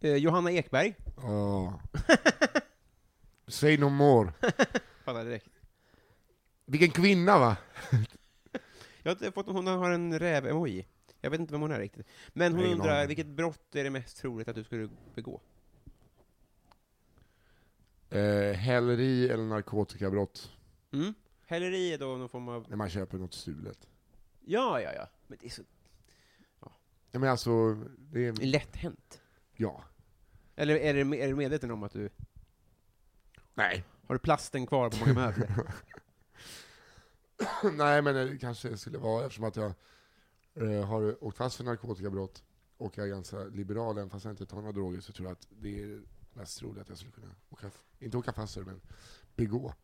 A: Eh, Johanna Ekberg,
B: Ja. Say no more.
A: fattar direkt.
B: Vilken kvinna va?
A: Jag har inte fått, hon har en räv-emoji. Jag vet inte vem hon är riktigt. Men hon
B: Nej, ingen
A: undrar,
B: aning.
A: vilket brott är det mest troligt att du skulle begå?
B: Eh, häleri eller narkotikabrott
A: Mm? Häleri är då någon form av...
B: när man köper något stulet.
A: Ja, ja, ja. Men det är så
B: Ja, men alltså, det är...
A: lätt hänt.
B: Ja.
A: Mm. Eller är du, är du medveten om att du...
B: Nej.
A: Har du plasten kvar på många möbler?
B: Nej men det kanske skulle vara eftersom att jag eh, har åkt fast för narkotikabrott och jag är ganska liberal, även fast jag inte tar några droger så tror jag att det är mest troligt att jag skulle kunna åka, inte åka fast för det, men begå.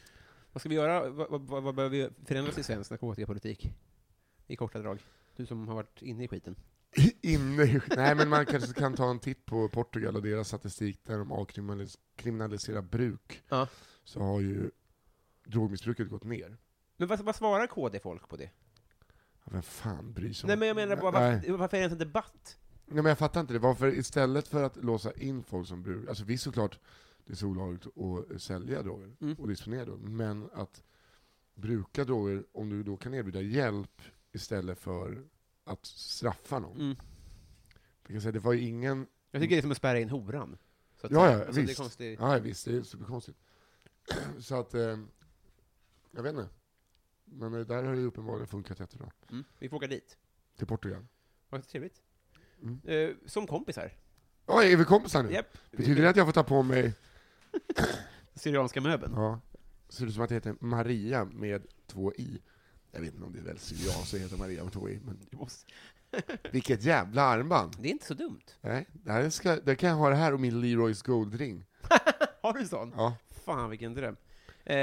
A: Vad ska vi göra? Vad, vad, vad, vad behöver vi förändras i svensk narkotikapolitik? I korta drag. Du som har varit inne i skiten.
B: Inne i... Nej, men man kanske kan ta en titt på Portugal och deras statistik där de avkriminaliserar bruk.
A: Ja.
B: Så har ju drogmissbruket gått ner.
A: Men vad, vad svarar KD-folk på det?
B: Ja, Vem fan bryr sig om-
A: Nej men jag menar bara,
B: Nej.
A: varför, varför är det ens en debatt?
B: Nej, men jag fattar inte det. Varför istället för att låsa in folk som brukar, alltså visst såklart, det är så olagligt att eh, sälja droger
A: Mm.
B: och disponera droger, men att bruka droger, om du då kan erbjuda hjälp istället för att straffa någon.
A: Mm.
B: Jag kan säga, det var ju ingen,
A: Jag tycker det är som att spärra in horan. Så att
B: Ja,
A: säga.
B: ja,
A: Alltså, Det är
B: visst.
A: konstigt.
B: ja visst, det är superkonstigt. Så att, eh, jag vet inte. Men eh, där har det ju uppenbarligen funkat jättebra.
A: Mm. Vi får åka dit.
B: Till Portugal.
A: Vad trevligt.
B: Mm.
A: Eh, som kompisar.
B: Ja, är vi kompisar nu?
A: Japp.
B: Betyder det att jag får ta på mig,
A: Syrianska möbeln.
B: ja, ser ut som att jag heter Maria med två i. Jag vet inte om det är väl jag som heter Maria med två i, men
A: Du måste-
B: vilket jävla armband!
A: Det är inte så dumt.
B: Nej, det här ska, det kan jag ha det här och min Leroys Goldring.
A: Har du en sån?
B: Ja.
A: Fan vilken dröm. Eh,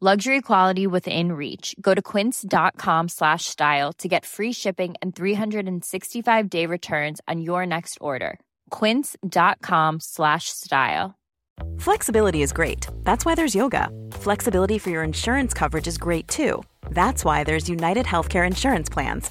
C: Luxury quality within reach. Go to quince.com slash style to get free shipping and 365 day returns on your next order. Quince.com slash style.
D: Flexibility is great. That's why there's yoga. Flexibility for your insurance coverage is great too. That's why there's United Healthcare Insurance Plans.